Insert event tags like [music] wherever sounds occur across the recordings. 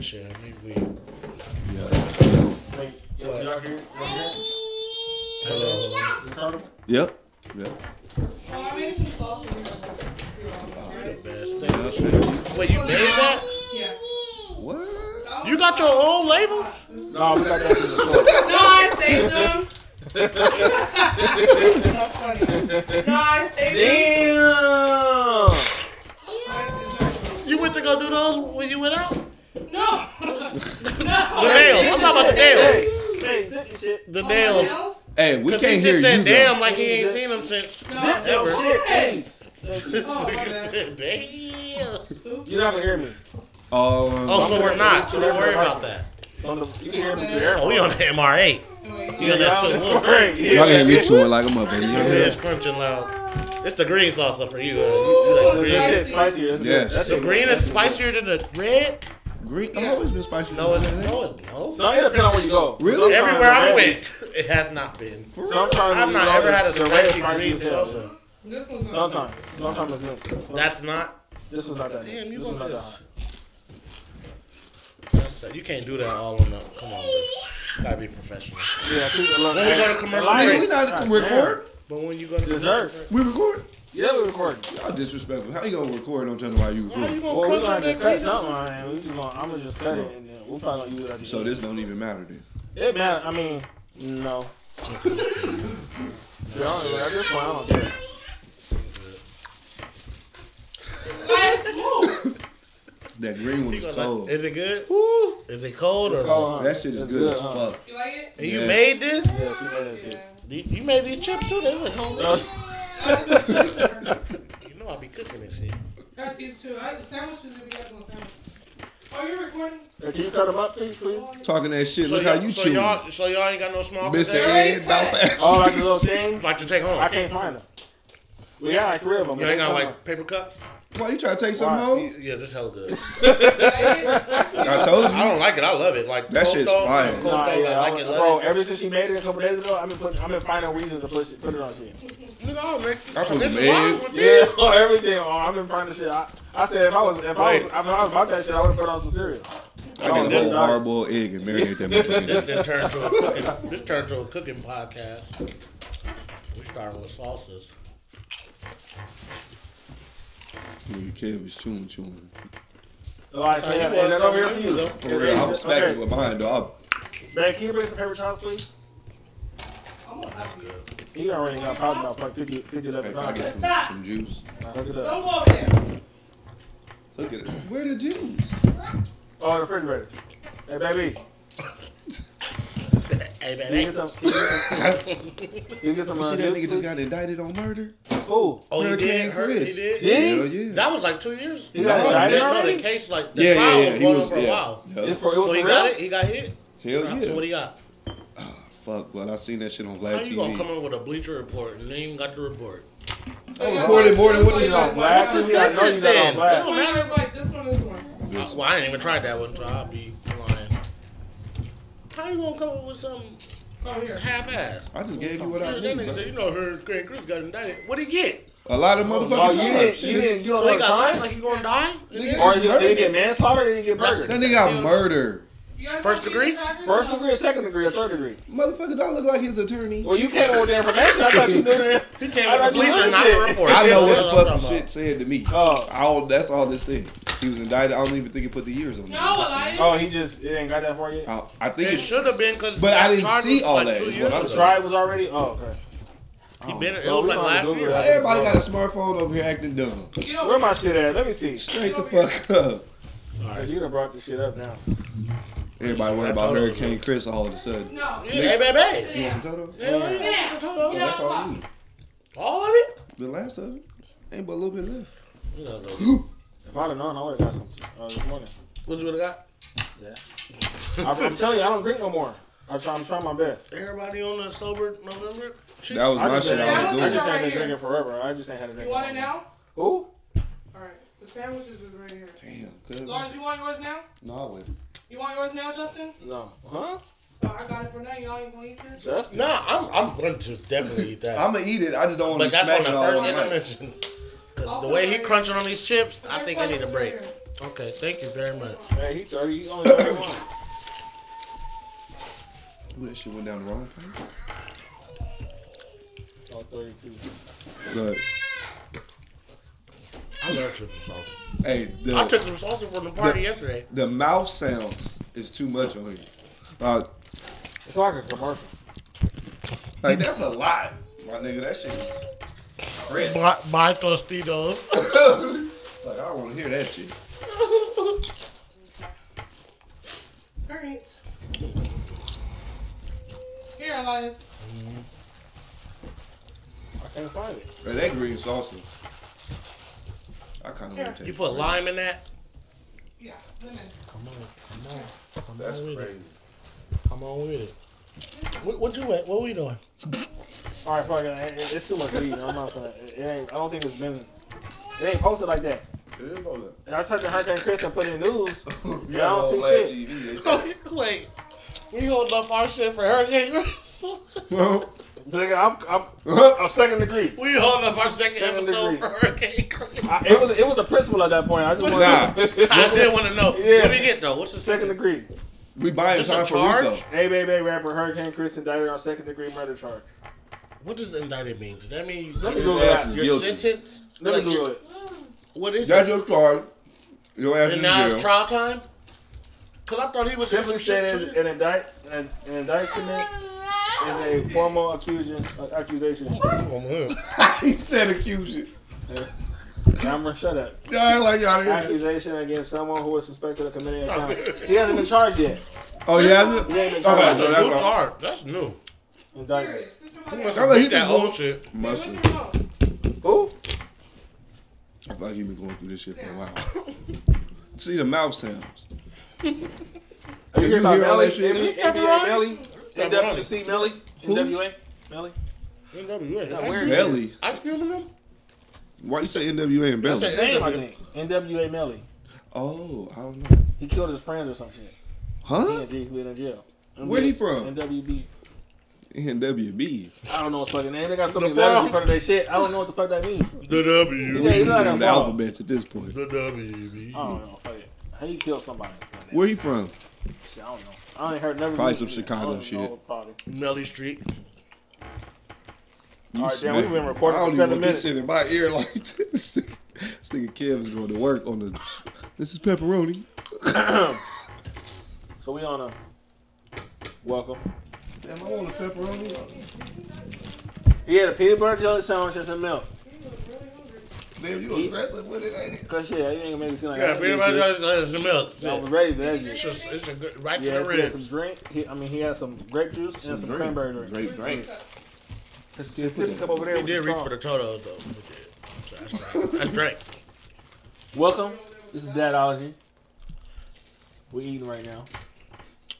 shit had me weak. Wait, y'all, y'all hear? Y'all hear? Hello. Ricardo? Yep. You Yep. the best. Yeah, I feel Wait, you made that? Yeah. you. What? You got your own labels? No, we got that from the No, I saved them. No, I saved them. Damn! You went to go do those when you went out? The No. no. The nails. I'm talking about the nails. Hey, zip your shit. Oh, The nails. Hey, we Because he can't hear just you. said damn though. like he ain't seen them since. [laughs] No. Zip your shit, please. This Oh, my nigga bad. said damn. You're not gonna hear me. Oh, Oh, so we're not. So don't worry about that. On the, you can hear me through Oh, air. we on the MR8. Wait, Yeah, that's so Y'all- look. Right, yeah. y'all can hear me chewing like a mother. Your Yeah. head's crunching loud. It's the green sauce up for you. Uh, you like Ooh. green. That shit's spicier. That's Yeah. good. That The shit- green that's is good. spicier than the red? Green. I've always been spicy. No, it's no, it no. So it depends on where you go. Really? Sometimes Everywhere the I red- went, [laughs] it has not been. Sometimes I've you not go, ever had a the red spicy spicy green as hell. salsa. This one's not Sometimes. Sometimes it's mixed. That's not. This was not that. Damn, you this was gonna not that just. hot. That's that. You can't do that all on the. Come on, bro. Gotta be professional. Yeah, people love When we go to commercial Like, Hey, we break. not God record. But when you go to Dessert. commercial break- We record. Yeah, we're recording. Y'all disrespectful. How you gonna record on telling why you how you record? gonna Well, we're crunch on that gonna have to cut green something. sauce? I mean, we just gonna, I'm gonna just cut it, and then we'll probably use it at the So end. this don't even matter then. It matter. I mean, no. yeah, I don't- at this point, I don't care. Let's move. That green one You is gonna cold. like- Is it good? Woo! Is it cold or? It's cold, huh? That shit is It's good, as huh? fuck. You like it? And you Yeah. made this? Yeah, she made that shit. Yeah. You- You made these chips too? They look homemade. I You know I be cooking this shit. got these two. I, sandwiches if you guys want sandwiches. Are you recording? Hey, Can you cut them up, please, please? Talking that shit. So Look how y'all- you so chewing. y'all, so y'all ain't got no small Mr. potatoes? Ed Mouth All like the little things. Like to take home. I can't find them. We got like three of them. You but ain't got they like paper cups? Why you trying to take something home? Yeah, this hell good. I told I you. don't like it. I love it. Like That Cold shit's Stone, fire. Cold Nah, Stone, yeah, I I like it. was- bro, Love it. ever since she made it a couple days ago, I've been putting, I've been finding reasons to put, put it on shit. You know, man. I put some the enchiladas bed. with Yeah, this. on everything. [laughs] Oh, I've been finding shit. I, I said if I was if I was Wait. if I was about that shit, I would have put on some cereal. I got Oh, a whole that's right. hard boiled egg and marinate [laughs] that This motherfucker. then turned to a cooking. This turned to a cooking podcast. We started with salsas. Your kid was chewing, chewing. Like, So yeah, you and was that's over here for talking you. to For real, I'm smacking Okay. with mine though. Man, can you bring some paper towels, please? He already got probably about like 50, 50 I, left. I get pockets. some, some juice. Now, Hook it up. Don't go over there. Look at it. Where the juice? Oh, the refrigerator. Hey, baby, Hey, can you man. get some? Can you [laughs] get some, can you get some You uh, see that nigga juice, just please? got indicted on murder? Ooh. Oh, he Hurricane did. Hur- He Chris. did. Did he? Hell yeah. That was like two years. He got no, indicted they- no, already? the case like the Yeah, trial yeah, yeah. was He going on was, for a yeah. while. Yep. It's for, it was So he for got real? it. He got hit. Hell So what yeah. he got? Fuck, well, I seen that shit on How Vlad you gonna come TV. up with a bleacher report and then you got the report? So y'all recorded like- more than what so you y'all know, like- What's the we got- no, sentence you got it then? on black. It don't This one matter. is like, this one is one. I, Uh, well, I didn't even try that one, so I'll be lying. How you gonna come up with something Oh, here. half-assed? I just gave you what Yeah, I that knew. nigga bro. said, you know, her Grant Chris got indicted. What'd he get? A lot of Oh, motherfucking you time. didn't, you Shit, didn't, you So he don't got know life, the time? like he gonna die? And Nigga. then- Or did you, did he get manslaughter or did he get That's- That murdered? nigga got murdered. You guys First like degree? cheese crackers? First degree, or second degree, or third degree? Motherfucker don't look like his attorney. Well, you came up with the information. I thought you knew that. He came I with a thought you bleacher, knew not shit. a report. I know what That's I'm the fuck the talking shit said to me. [laughs] Oh. All, that's all this said. He was indicted. I don't even think he put the years on. No, I, Elias. Oh, he just it ain't got that far yet. I, I about. think It it, should have been because. But I didn't see all that, is what I'm The trial was already. Oh, okay. He been it Bro, was we like gonna last Google year. that. everybody got a smartphone over here acting dumb. You know, Where my shit at? Let me see. Straight the fuck up. Cause you done brought this shit up now. Everybody worried about Hurricane Chris all of a sudden. No. Yeah, hey, baby. You want some Toto? Yeah, yeah, Yeah. total. Well, that's all I need. All of it? The last of it. Ain't but a little bit left. You know, though. If I'd have known, I would have got some uh, this morning. What you would've got? I'm, I'm telling you, I don't drink no more. I'm trying, I'm trying my best. Everybody on the sober November? shit? That was I my just, shit I that was I was doing. just Right ain't been here. drinking forever. I just ain't had a drink. You want it now? Who? All right. The sandwiches is right here. Damn, Lawrence, cuz. you want yours now? No, I went. You want yours now, Justin? No. Huh? So I got it for now. Y'all ain't gonna eat this? Just Nah, I'm, I'm going to definitely eat that. [laughs] I'm gonna eat it. I just don't but want to that's on smack the it all first night. intermission. Because the way he crunching on these chips, I think I need a break. Here. Okay, thank you very much. Hey, he thirty. He only thirty one. Ooh, that shit went down the wrong pipe. Oh, 32. Look, I love triple salsa. hey, I took the, some salsa from the party yesterday. the mouth sounds is too much on here. Uh, It's like a commercial. like that's a lot, my nigga. That shit is crisp. [laughs] like My, my tostitos. I don't want to hear that shit. Alright. Here, Elias. I can't find it. Hey, that green sauce. is- I kind of want to [laughs] You take. put lime in that? Yeah, lemon. Come on, come on, come That's on with crazy. it. Come on with it. What, what you at? What we [laughs] doing? All right, fuck it. it. it- It's too much weed. I'm not gonna. It ain't. I don't think it's been. It ain't posted like that. It is all that. And I turned to Hurricane Chris and put in news. [laughs] You Yeah, I don't got see all that shit. TV. Oh, [laughs] Wait, we holding up our shit for Hurricane [laughs] Russell. Nigga, I'm, I'm, they- I'm second degree. we holding up our second Second episode degree. for Hurricane Russell. I, it was it was a principle at that point. I just wanted [laughs] I did [laughs] want to know. Yeah. What do you get though? What's the [laughs] second second? degree. we buying Just a time for charge? Rico. A Bay Bay rapper Hurricane Chris indicted on second degree murder charge. What does indicted mean? Does that mean Let me His Google ass that. is your guilty. sentence? Let me Like, Google it. What is That's it? your charge. Your ass And now it's is in trial jail. [laughs] time. Cause I thought he was in some Simply shit said too. an, indict, an, an indictment is a formal accusation. Uh, accusation. he said accuse you. Amber, shut up. Y'all ain't like y'all didn't. Accusation against someone who is suspected of committing a crime. He hasn't been charged yet. Oh yeah. He ain't been Okay, That's charged. a so yet. that's new what I- charge. That's new. Indictment. Serious. Sit your He must have Sounds like he money down. beat that been whole going- shit. What's Mustard. your phone? Who? I feel like you've been going through this shit for a while. [laughs] See the mouth sounds. Are you You hear about hear all Melly? that shit? NBA, NBA Melly? Pepperoni. NWC Melly? Who? NWA? Melly? NWA. Not I- weird. Belly. I human him. Why you say NWA and That's belly? it. Name, I think. NWA Melly. Oh, I don't know. He killed his friends or some shit. He Huh? and G been in jail. Where he from? NWB. NWB. I don't know his fucking name. They got so many The letters in fuck? front of their shit. I don't know what the fuck that means. The We W. Yeah, he's just not doing gonna the follow. alphabets at this point. The W. I don't know. Fuck it. How you kill somebody? Where he from? Shit, I don't know. I ain't heard never. Probably knew some him. Chicago I don't shit. know, probably. Melly Street. You All right, damn, we've smacking. been recording I don't for seven even minutes. Be sitting in my ear like [laughs] this. This nigga Kev's going to work on the. This is pepperoni. [coughs] So we on a welcome. Damn, I want a pepperoni. He had a peanut butter jelly sandwich and some milk. Damn, you aggressive with it, ain't it? Cause shit, you ain't gonna make it seem like Yeah, I pretty did much shit. that's that's the milk. I was ready for that shit. It's just it's a good right to Yeah, the he had some ribs. drink. He, I mean, he had some grape juice and some, cranberry drink. Great drink. Just- just sip the cup over there. He with did the reach straw. for the Toto though. He did. So that's right. That's right. Welcome. This is Dadology. We're eating right now.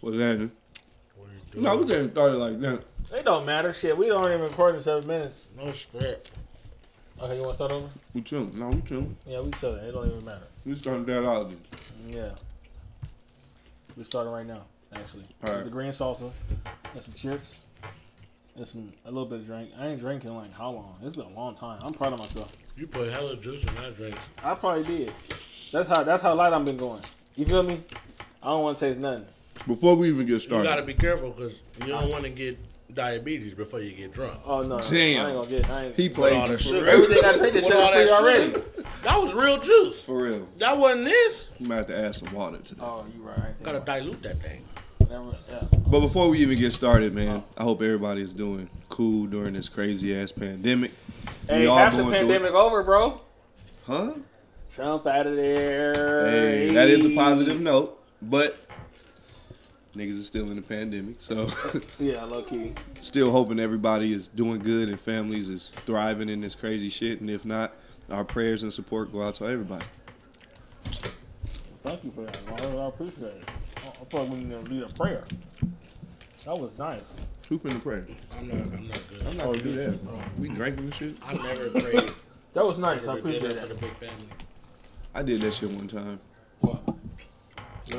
What's happening? What you doing? No, we getting started like that. It don't matter. Shit, we don't even record in seven minutes. No script. Okay, you want to start over? We chilling. No, we chilling. Yeah, we chilling. It don't even matter. We starting that out. Yeah. We're starting right now, actually. All right. The green salsa and some chips and some a little bit of drink. I ain't drinking like how long? It's been a long time. I'm proud of myself. You put hella juice in that drink. I probably did. That's how that's how light I've been going. You feel me? I don't want to taste nothing. Before we even get You started, gotta be careful because you don't want to get diabetes before you get drunk. Oh no, Damn. I ain't gonna get. I ain't. he all played that for sugar. Everything I real. drink is With all sugar free that already. sugar. That was real juice. for real. That wasn't this. You might have to add some water to that. Oh, you right. I ain't Gotta thinking about dilute that thing. it. Never- yeah. But before we even get started, man, I hope everybody is doing cool during this crazy ass pandemic. Hey, all half the going through it. pandemic over, bro. Huh? Trump out of there. Hey, that is a positive note, but niggas are still in the pandemic, so [laughs] Yeah, low key. still hoping everybody is doing good and families is thriving in this crazy shit. And if not, our prayers and support go out to everybody. Thank you for that. bro. I appreciate it. I, I thought we need to lead a prayer. That was nice. Who finna pray? I'm not. I'm not good. I'm not gonna do that. Bro. We drinking and shit. I never [laughs] prayed. That was nice. I never did appreciate that for that. the big family. I did that shit one time. What?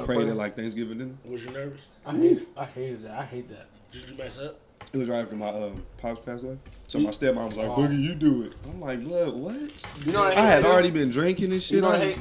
Prayed at like Thanksgiving dinner. Was you nervous? I hate. I hated that. I hate that. Did you mess up? It was right after my um, pops passed away. So my stepmom was like, "Boogie, you do it." I'm like, "Blood, what?" Oh. You know what I I hate had to do? already been drinking and shit. You know what I I- hate?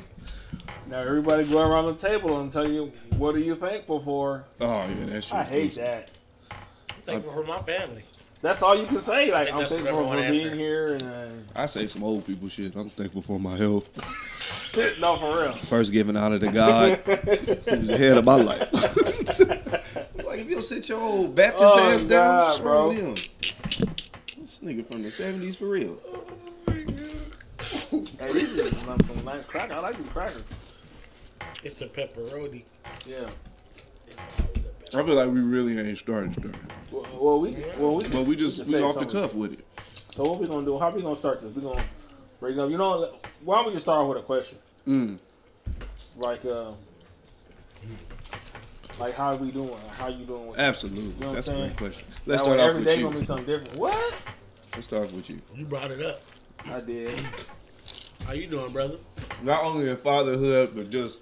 Now everybody go around the table and tell you what are you thankful for. Oh yeah, that shit. I hate that. I'm thankful for my family. That's all you can say. Like think I'm that's what thankful for everyone being answered. here and uh, I say some old people shit. I'm thankful for my health. uh, [laughs] no for real. First giving honor to God, [laughs] Uh, [laughs] who's the head of my life. [laughs] like if you don't sit your old Baptist Oh, ass down, God, what's wrong bro. with him? This nigga from the '70s for real. Hey, these are some nice cracker. I like these crackers. It's the pepperoni. Yeah. I feel like we really ain't started, started. Well, well, we well we but we just we said off something. the cuff with it. So what we gonna do? How we gonna start this? We gonna bring up. You know, why don't we just start off with a question? Mm. Like, uh, like how we doing? How you doing? With Absolutely, know what that's a I'm great saying? question. Let's That start way off every with day you. gonna be something different. What? Let's start off with you. You brought it up. I did. How you doing, brother? Not only in fatherhood, but just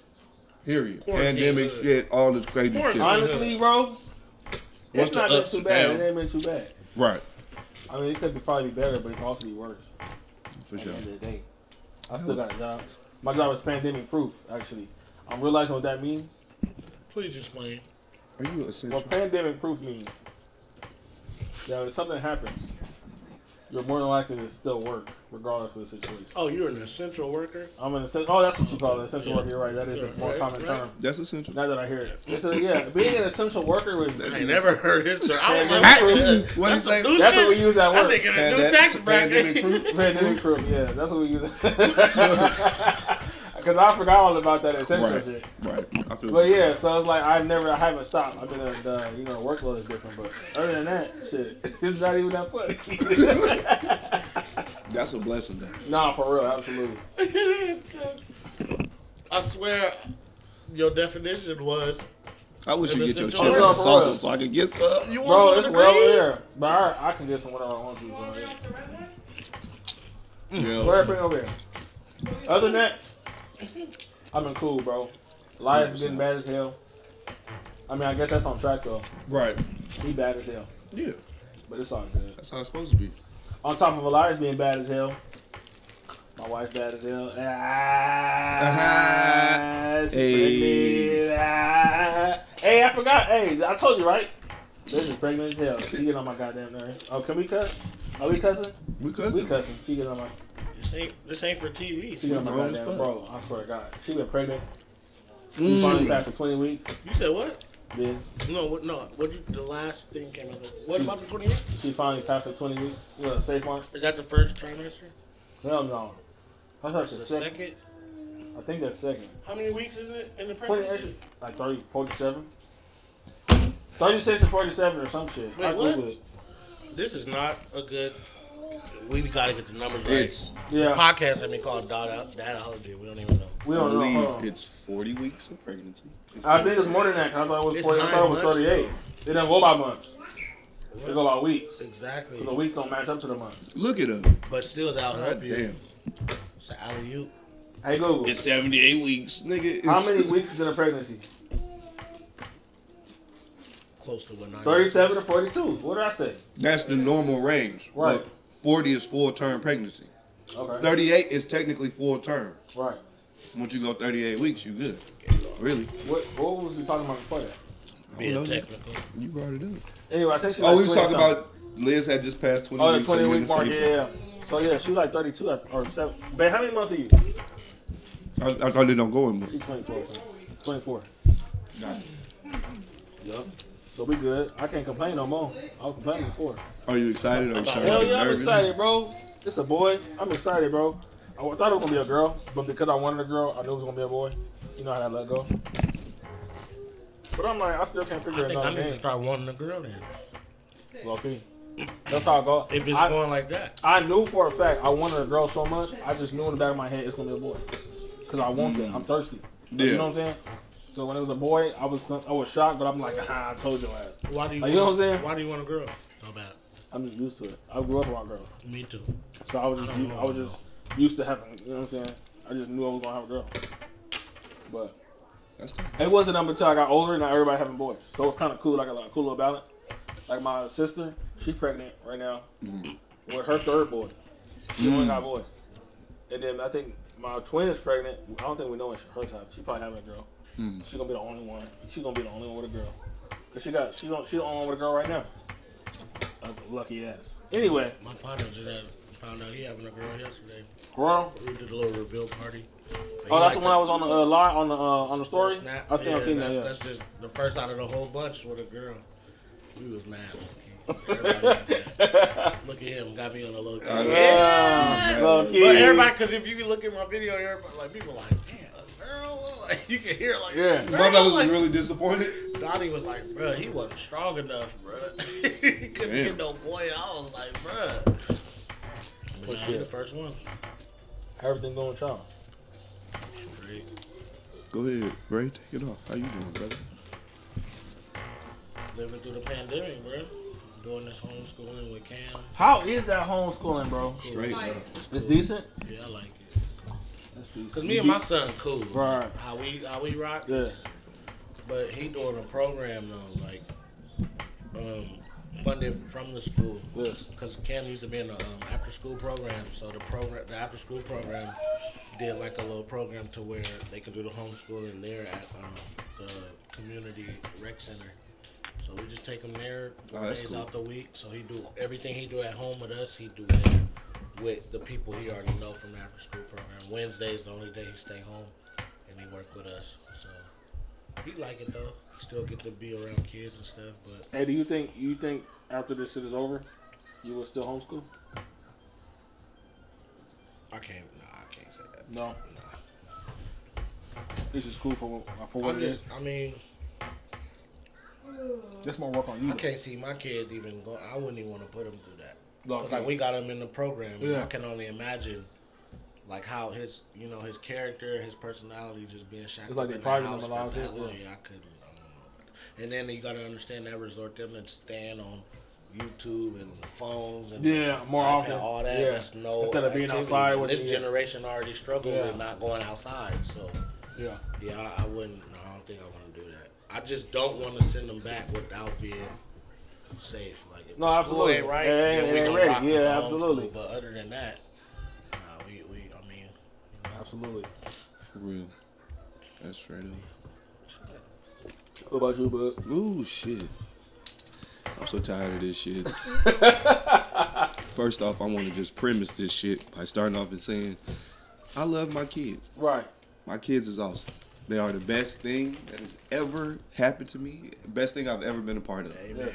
period, Quarantine pandemic hood. shit, all this crazy Quarantine. shit. Honestly, bro, What's it's the not been ups too and bad. downs? It ain't been too bad. Right, I mean, it could be probably be better, but it can also be worse. for At sure. the end of the day, I still got a job. My job is pandemic proof. Actually, I'm realizing what that means. Please explain. Are you Well, essential? pandemic proof means that if something happens, you're more than likely to still work regardless of the situation. Oh, you're an essential [laughs] worker. I'm an essential. Oh, that's what you call it, essential worker. You're right. That is a Right, more common right. term. That's essential. Now that I hear it, it's a, yeah, being an essential worker was I ain't never heard his term. I was Pandemic like, what? proof. What That's he a say? new that's what we shit. use at [laughs] I work. think in a Pan- new that- tax pandemic bracket. [laughs] proof? Pandemic proof. Yeah, that's what we [laughs] use. Because I forgot all about that essential Right, shit. right. I feel But you. yeah, so it's like I've never, I haven't stopped. I've been, uh, the, you know, workload is different. But other than that, shit, [laughs] it's not even that funny. That's a blessing, though. [laughs] nah, for real, absolutely. [laughs] It is, 'cause I swear, your definition was I wish If you it's get your essential- Oh, chips no, and for salsa real. so I could get some. uh, you want Bro, some it's of the well green? there. But I, I can get some whatever I want to. You bro. want to drink off the red one? Go ahead, Yeah. bring it over here. What we- Other than that, I've been cool, bro. Elias is getting bad as hell. I mean, I guess that's on track though. Right. He bad as hell, Yeah. but it's all good. That's how it's supposed to be. On top of Elias being bad as hell, my wife bad as hell. Ah, Uh-huh. she's Hey. pregnant. Ah. Hey, I forgot. Hey, I told you right. This is pregnant as hell. She get on my goddamn nerves. Oh, can we cuss? Are we cussing? We We cousins. cussing. She get on my. This ain't this ain't for TV. She got my grown as goddamn fuck. bro. I swear to God, she been pregnant. We finally Mm. back for twenty weeks. You said what? This No, what? No, what? You, the last thing came out. What about the 28th? she finally passed for twenty weeks. You know, safe one. Is that the first trimester? Hell no. I thought It's the the second. second. I think that's second. How many weeks is it in the Twenty pregnancy? like 30, 47? 36 or forty seven or some shit. Wait, I what? googled it. This is not a good. We gotta get the numbers right. It's, Yeah, podcast that we call Dad Dadology. We don't even know. we I don't know. Hold believe on. it's 40 weeks of pregnancy. It's I think it's more than that. 'cause I thought it was It's forty. I nine thought it was months, thirty eight. It doesn't go by months. It go by weeks. Exactly. The weeks don't match up to the months. Look it up. But still, that'll help God you. damn. It's an alley oop. Hey Google, 78 weeks. Nigga, it's, how many weeks is in a pregnancy? Close to what? 37 to 42. What did I say? That's the normal range. Right. But 40 is full term pregnancy. Okay. 38 is technically full term. Right. Once you go 38 weeks, you good. Really? What, what was we talking about before that? Being Oh, technical. You brought it up. Anyway, I think she Oh, like we was 20 talking something. about Liz had just passed 20 oh the weeks. so twenty we're in week the mark. same Yeah, zone. yeah. So yeah, she was like thirty two or seven. Babe, how many months are you? I, I thought they don't go in. She's twenty four. Twenty four. Gotcha. Yep. So we good. I can't complain no more. I was complaining before. Are you excited? Are you starting Hell to get yeah, I'm nervous? excited, bro. It's a boy. I'm excited, bro. I thought it was gonna be a girl, but because I wanted a girl, I knew it was gonna be a boy. You know how that let go. But I'm like, I still can't figure I it think I out. need to start wanting a girl then. Low key. That's how I go. If it's I, going like that. I knew for a fact I wanted a girl so much. I just knew in the back of my head it's gonna be a boy, cause I want that. I'm thirsty. You know what I'm saying? So when it was a boy, I was I was shocked, but I'm like, ah, I told your ass. Why do you? Like, you know want- what I'm saying? Why do you want a girl so bad? I'm just used to it. I grew up around girls, Me too. so I was just I was just used to having. You know what I'm saying? I just knew I was gonna have a girl, but That's tough. it wasn't up until I got older and now everybody having boys. So it's kind of cool, like a, like a cool little balance. Like my sister, she pregnant right now with her third boy. She only got boys, and then I think my twin is pregnant. I don't think we know what she- her type. She probably having a girl. She's gonna be the only one. She's gonna be the only one with a girl. Cause she got she don't she the only one with a girl right now. Uh, Lucky ass. Anyway, My partner just had, found out he having a girl yesterday. girl. We did a little reveal party. Oh, that's the one I was on the uh, live on the uh, on the story. I still yeah, haven't seen that. that's, yet. that's just the first out of the whole bunch with a girl. We was mad. [laughs] low-key. Everybody got mad. Look at him, got me on the low key. I know. Yeah, lucky. But everybody, because if you look at my video, everybody like people like, damn, a girl. [laughs] Like, you can hear like, Yeah. girl, Motherfuckers was like, really disappointed. Donnie was like, bruh, he wasn't strong enough, bruh. [laughs] he couldn't Damn. get no boy. I was like, bruh. Well, But shit. I'm the first one. Everything going with y'all. Straight. Go ahead, Bray. Take it off. How you doing, brother? Living through the pandemic, bruh. Doing this homeschooling with Cam. How is that homeschooling, bro? Straight, Nice. brother. It's decent. Yeah, I like it. That's decent. Cause me and my son cool. Right. How we how we rock. Yeah. But he doing a program now, like um, funded from the school. Yeah. Cause Cam used to be in the um, after school program, so the program the after school program did like a little program to where they could do the homeschooling there at um, the community rec center. So we just take him there four Oh, that's days cool. out the week. So he do everything he do at home with us, he do there with the people he already know from the after school program. Wednesday is the only day he stay home and he work with us. So he like it though. He still get to be around kids and stuff, but Hey, do you think you think after this shit is over, you will still homeschool? I can't no, I can't say that. No, Nah. this is cool for for what I'm it is. just, I mean, That's more work on you. I though. can't see my kid even go. I wouldn't even want to put him through that. Lock 'Cause, like in. we got him in the program. and Yeah. I can only imagine, like how his, you know, his character, his personality, just being shackled like they in the probably house don't for allow that it, long. yeah. Yeah, I couldn't. I don't know. And then you got to understand that resort them and stand on YouTube and phones and Yeah, more iPad, often. all that. Yeah. That's no Instead of being activity. outside And with this it, yeah. generation already struggled Yeah. with not going outside. So. Yeah. Yeah, I, I wouldn't. No, I don't think I want to do that. I just don't want to send them back without being safe. Like if No, the absolutely. school ain't right, It ain't- then it we ain't gonna ready. rock with Yeah, the home absolutely. School. But other than that, nah, we we. I mean, Absolutely. For real. That's straight up. What about you, bud? Ooh, shit. I'm so tired of [laughs] this shit. First off, I want to just premise this shit by starting off and saying, I love my kids. Right. My kids is awesome. They are the best thing that has ever happened to me. Best thing I've ever been a part of. amen.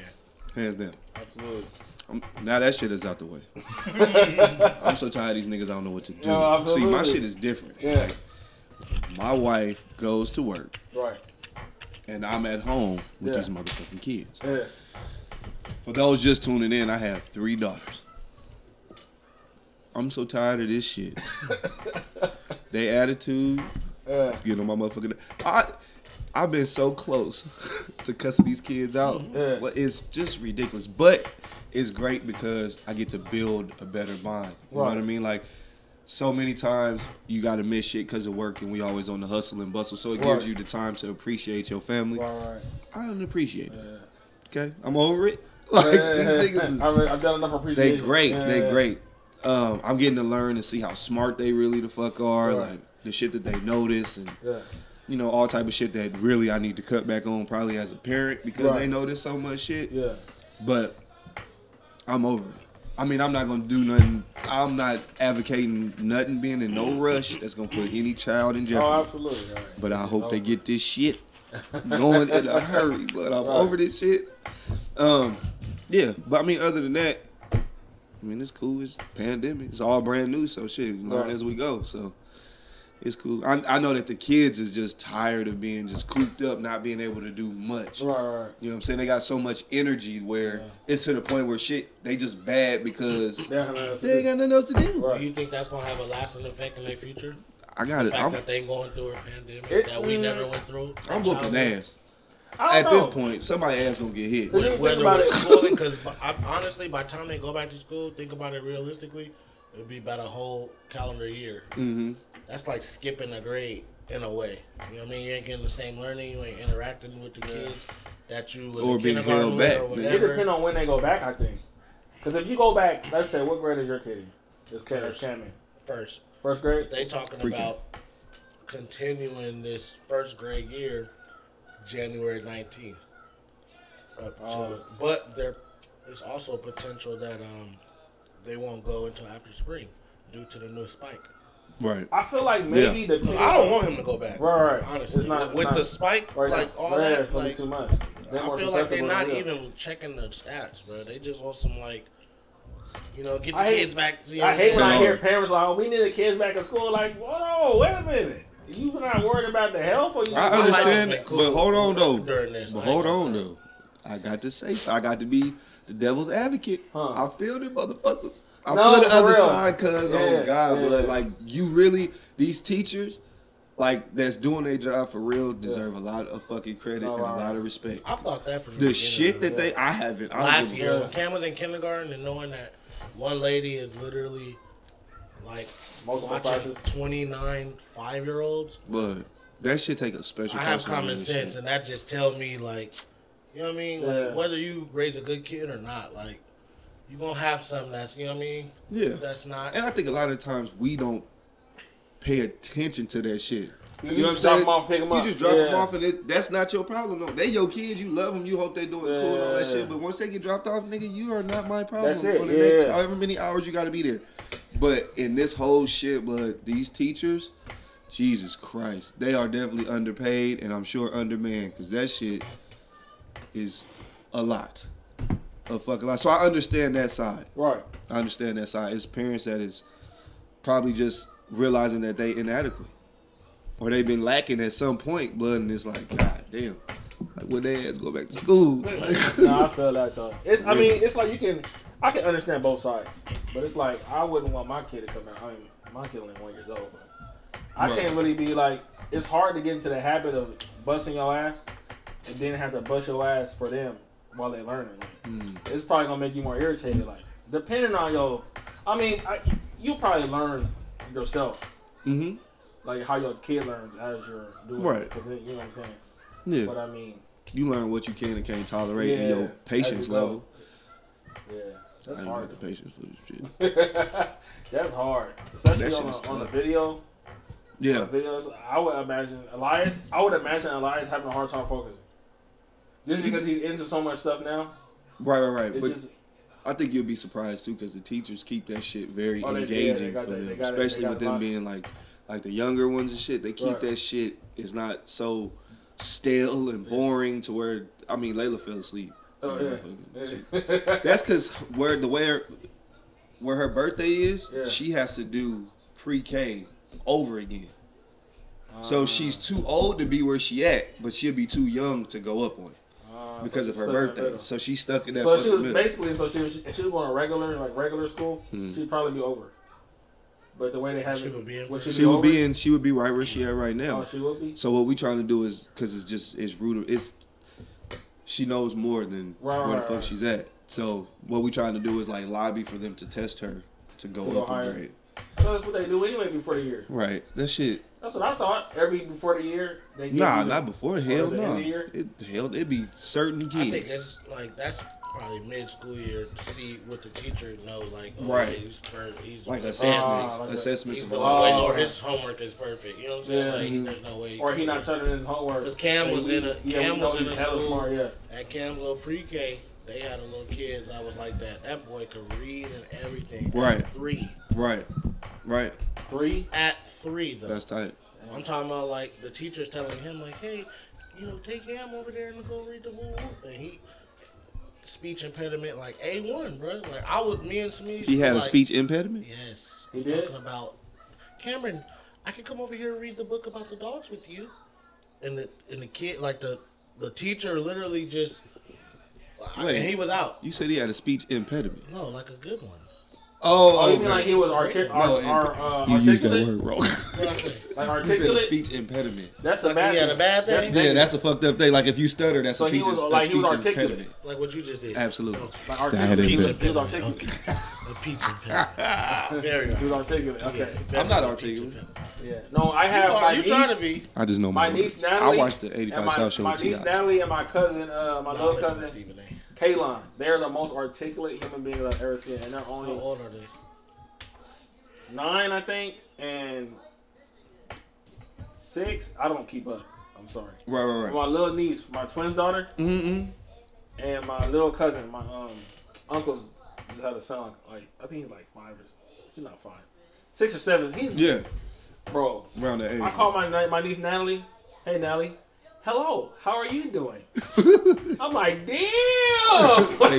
Hands down. Absolutely. I'm, now that shit is out the way. [laughs] I'm so tired of these niggas. I don't know what to do. No, absolutely. See, my shit is different. Yeah. My wife goes to work, Right. and I'm at home with Yeah. these motherfucking kids. Yeah. For those just tuning in, I have three daughters. I'm so tired of this shit. [laughs] they attitude Yeah. is getting on my motherfucking. I I've been so close [laughs] to cussing these kids out. Mm-hmm. Yeah. Well, it's just ridiculous, but it's great because I get to build a better bond. You know what I Right. mean? Like so many times you gotta miss shit because of work, and we always on the hustle and bustle. So it Right. gives you the time to appreciate your family. Right. Right. I don't appreciate it. Yeah. Okay, I'm over it. [laughs] Like Yeah, these yeah, niggas yeah. [laughs] is I re- I've got enough they appreciation. great. Yeah, They yeah. great. Um, I'm getting to learn and see how smart they really the fuck are, Right. like the shit that they notice, and Yeah. you know all type of shit that really I need to cut back on probably as a parent because Right. they notice so much shit. Yeah. But I'm over it. I mean, I'm not gonna do nothing. I'm not advocating nothing being in no rush that's gonna put any child in jeopardy. Oh, absolutely. Right. But I hope they over. get this shit going [laughs] in a hurry. But I'm Right. over this shit. Um, yeah. But I mean, other than that, I mean, it's cool. It's pandemic. It's all brand new. So shit, we learn Right. as we go. So it's cool. I, I know that the kids is just tired of being just cooped up, not being able to do much. Right. Right. You know what I'm saying? They got so much energy where Yeah. it's to the point where shit they just bad because Definitely. they ain't got nothing else to do. Do Right. you think that's gonna have a lasting effect in their future? I got The it. fact I'm, that they going through a pandemic It- that we mm, never went through. I'm whooping ass. I At don't know. this point, somebody ass gonna get hit. Think Whether about it's it. schooling, because honestly, by the time they go back to school, think about it realistically, it'd be about a whole calendar year. Mm-hmm. that's like skipping a grade in a way. You know what I mean? You ain't getting the same learning. You ain't interacting with the kids that you was Or in being kindergarten held with back. or It whatever. depends on when they go back, I think. Because if you go back, let's say, what grade is your kid in? It's Cam, First. Cam in. first. First grade. But they talking Pre-K. about continuing this first grade year, January nineteenth. Up to, Oh. but there is also a potential that um they won't go until after spring due to the new spike. Right. I feel like maybe Yeah. the 'Cause I don't want him to go back. Right, right. Honestly, It's with, not- it's with not- the spike, right, like all right, that, it's gonna be like too much. They're I more feel like they're susceptible not than we are. even checking the stats, bro. They just want some like, you know, get the I hate- kids back. To, you know I what hate I'm when I saying? hear parents like, oh, "We need the kids back in school." Like, whoa, wait a minute. You not worried about the health, or you? I just like- understand, Like, but hold on though. during this, But I hold ain't on gonna though. I got to say, I got to be the devil's advocate. Huh. I feel the motherfuckers. I No, feel the for other real. side, cuz Yeah, oh god, yeah. but like you really these teachers, like that's doing their job for real, deserve a lot of fucking credit No, and a I- lot of respect. I thought that from the The beginning, shit bro. that they, I haven't. I don't last give a- year when Yeah. Cam was in kindergarten and knowing that one lady is literally like Multiple watching classes. 29 five year olds. but that shit take a special. I have person to common understand. sense, and that just tells me like, you know what I mean. Yeah. Like whether you raise a good kid or not, like you gonna have something that's you know what I mean. Yeah. That's not. And I think a lot of times we don't pay attention to that shit. You just You, know what I'm drop saying? 'em off, pick 'em you up. just drop them Yeah. off, and it, that's not your problem. though. They your kids. You love them. You hope they doing cool and all that Yeah. shit. But once they get dropped off, nigga, you are not my problem. That's it, For the next yeah. however many hours you got to be there. But in this whole shit, blood, these teachers, Jesus Christ, they are definitely underpaid, and I'm sure undermanned because that shit is a lot, a fucking lot. So I understand that side. [laughs] Right. I understand that side. It's parents that is probably just realizing that they inadequate. Or they've been lacking at some point, blood, and it's like, God damn. Like when they ass go back [laughs] to school. no, I [laughs] feel that though. It's, I mean, it's like you can, I can understand both sides, but it's like I wouldn't want my kid to come out. I mean, my kid only one years old, but I Right. can't really be like. It's hard to get into the habit of busting your ass, and then have to bust your ass for them while they learning. Like, Mm, It's probably gonna make you more irritated. Like depending on your, I mean, I, you probably learn yourself, mhm. like how your kid learns as you're doing. Right. It, 'cause it- you know what I'm saying. But Yeah. I mean, You learn what you can and can't tolerate in Yeah, your as patience you go. level. yeah, that's I ain't hard. got the though. patience for this shit. [laughs] That's hard, especially That shit on, is the, on the tough. video. on Yeah. the videos, I would imagine Elias. I would imagine Elias having a hard time focusing, just because he's into so much stuff now. Right, right, right. It's But just I think you'll be surprised too, because the teachers keep that shit very Oh, they- yeah, they engaging got for that- them, they got it- they especially got with it them locked. being like, like the younger ones and shit. They keep Right. that shit. It's not so stale and boring to where I mean, Layla fell asleep. oh yeah, Shit. yeah. That's because where the way her, where her birthday is, Yeah. she has to do pre-K over again. Ah. So she's too old to be where she at, but she'll be too young to go up on [laughs] Uh, because so of she's stuck her in the birthday. middle. So she's stuck in that. So she fucking was middle. basically so she was if she was going to regular like regular school, Mhm. she'd probably be over. it. But the way they have She it, would be in for she, She would over be it? in. She would be right where she at right now. Oh, she would be. So what we trying to do is because it's just it's rude. It's she knows more than Right, where the right, fuck right. she's at. So what we trying to do is like lobby for them to test her to go To go up a higher. grade. So that's what they do anyway before the year. Right. That shit. That's what I thought. Every before the year, they give Nah, you the- not before. Hell is it no. end of year? It hell it be certain I think kids. it's like that's probably mid school year to see what the teacher know. Like oh, Right. he's per- he's Like he's- assessments, Ah, like a- assessments He's of doing all. way Oh. or his homework is perfect. You know what I'm saying? Yeah. Like, he- Mhm. there's no way. or he not turning in his homework. Because Cam Like, was we- in a- yeah, Cam we know was in he's a hella school. Smart, yeah. At Cam's little pre-K, they had a little kid that was like that. That boy could read and everything. Right. At three. Right. Right. Three. At three though. That's tight. I'm talking about like the teacher's telling him like, hey, you know, take Cam over there and go read the woo woo. And he speech impediment like A one, bro. Like I was me and Smeeze. He had a like, speech impediment. Yes. He I'm did? talking about Cameron, I can come over here and read the book about the dogs with you. And the and the kid like the the teacher literally just Wait. and he was out. You said he had a speech impediment. No, like a good one. Oh, Oh, you mean okay. like he was artic- No, ar- ar- uh, you used that articulate? word wrong. What [laughs] I say? Like you said a articulate? speech impediment. That's a Like bad he had thing. a bad That's thing? Yeah, negative. that's a fucked up thing. Like if you stutter, that's So a he speech, was- a like, he was speech articulate. impediment. Like what you just did. Absolutely. Okay. Like That articulate. is He was bad. he was articulate. A peach impediment. Very He was articulate. Okay. I'm not articulate. Yeah. No, I You, have my are, you niece. trying to be? [laughs] I just know My my, niece words. Natalie. I watched the and 85 my, South Show My with T.I. niece Natalie and my cousin, uh, my No, little listen to cousin Stephen A. Kalon. They're the most articulate human beings I've ever seen, and they're How only old are they? nine, I think, and six. I don't keep up. I'm sorry. Right, right, Mm-hmm. My right. little niece, my twin's daughter, Mm-mm. and my little cousin, my um uncle's had a son. Like I think he's like five or he's not five, six or seven. He's Yeah, bro. around that age. I called my ni- my niece Natalie. Hey Natalie, hello. How are you doing? I'm like, damn. [laughs] They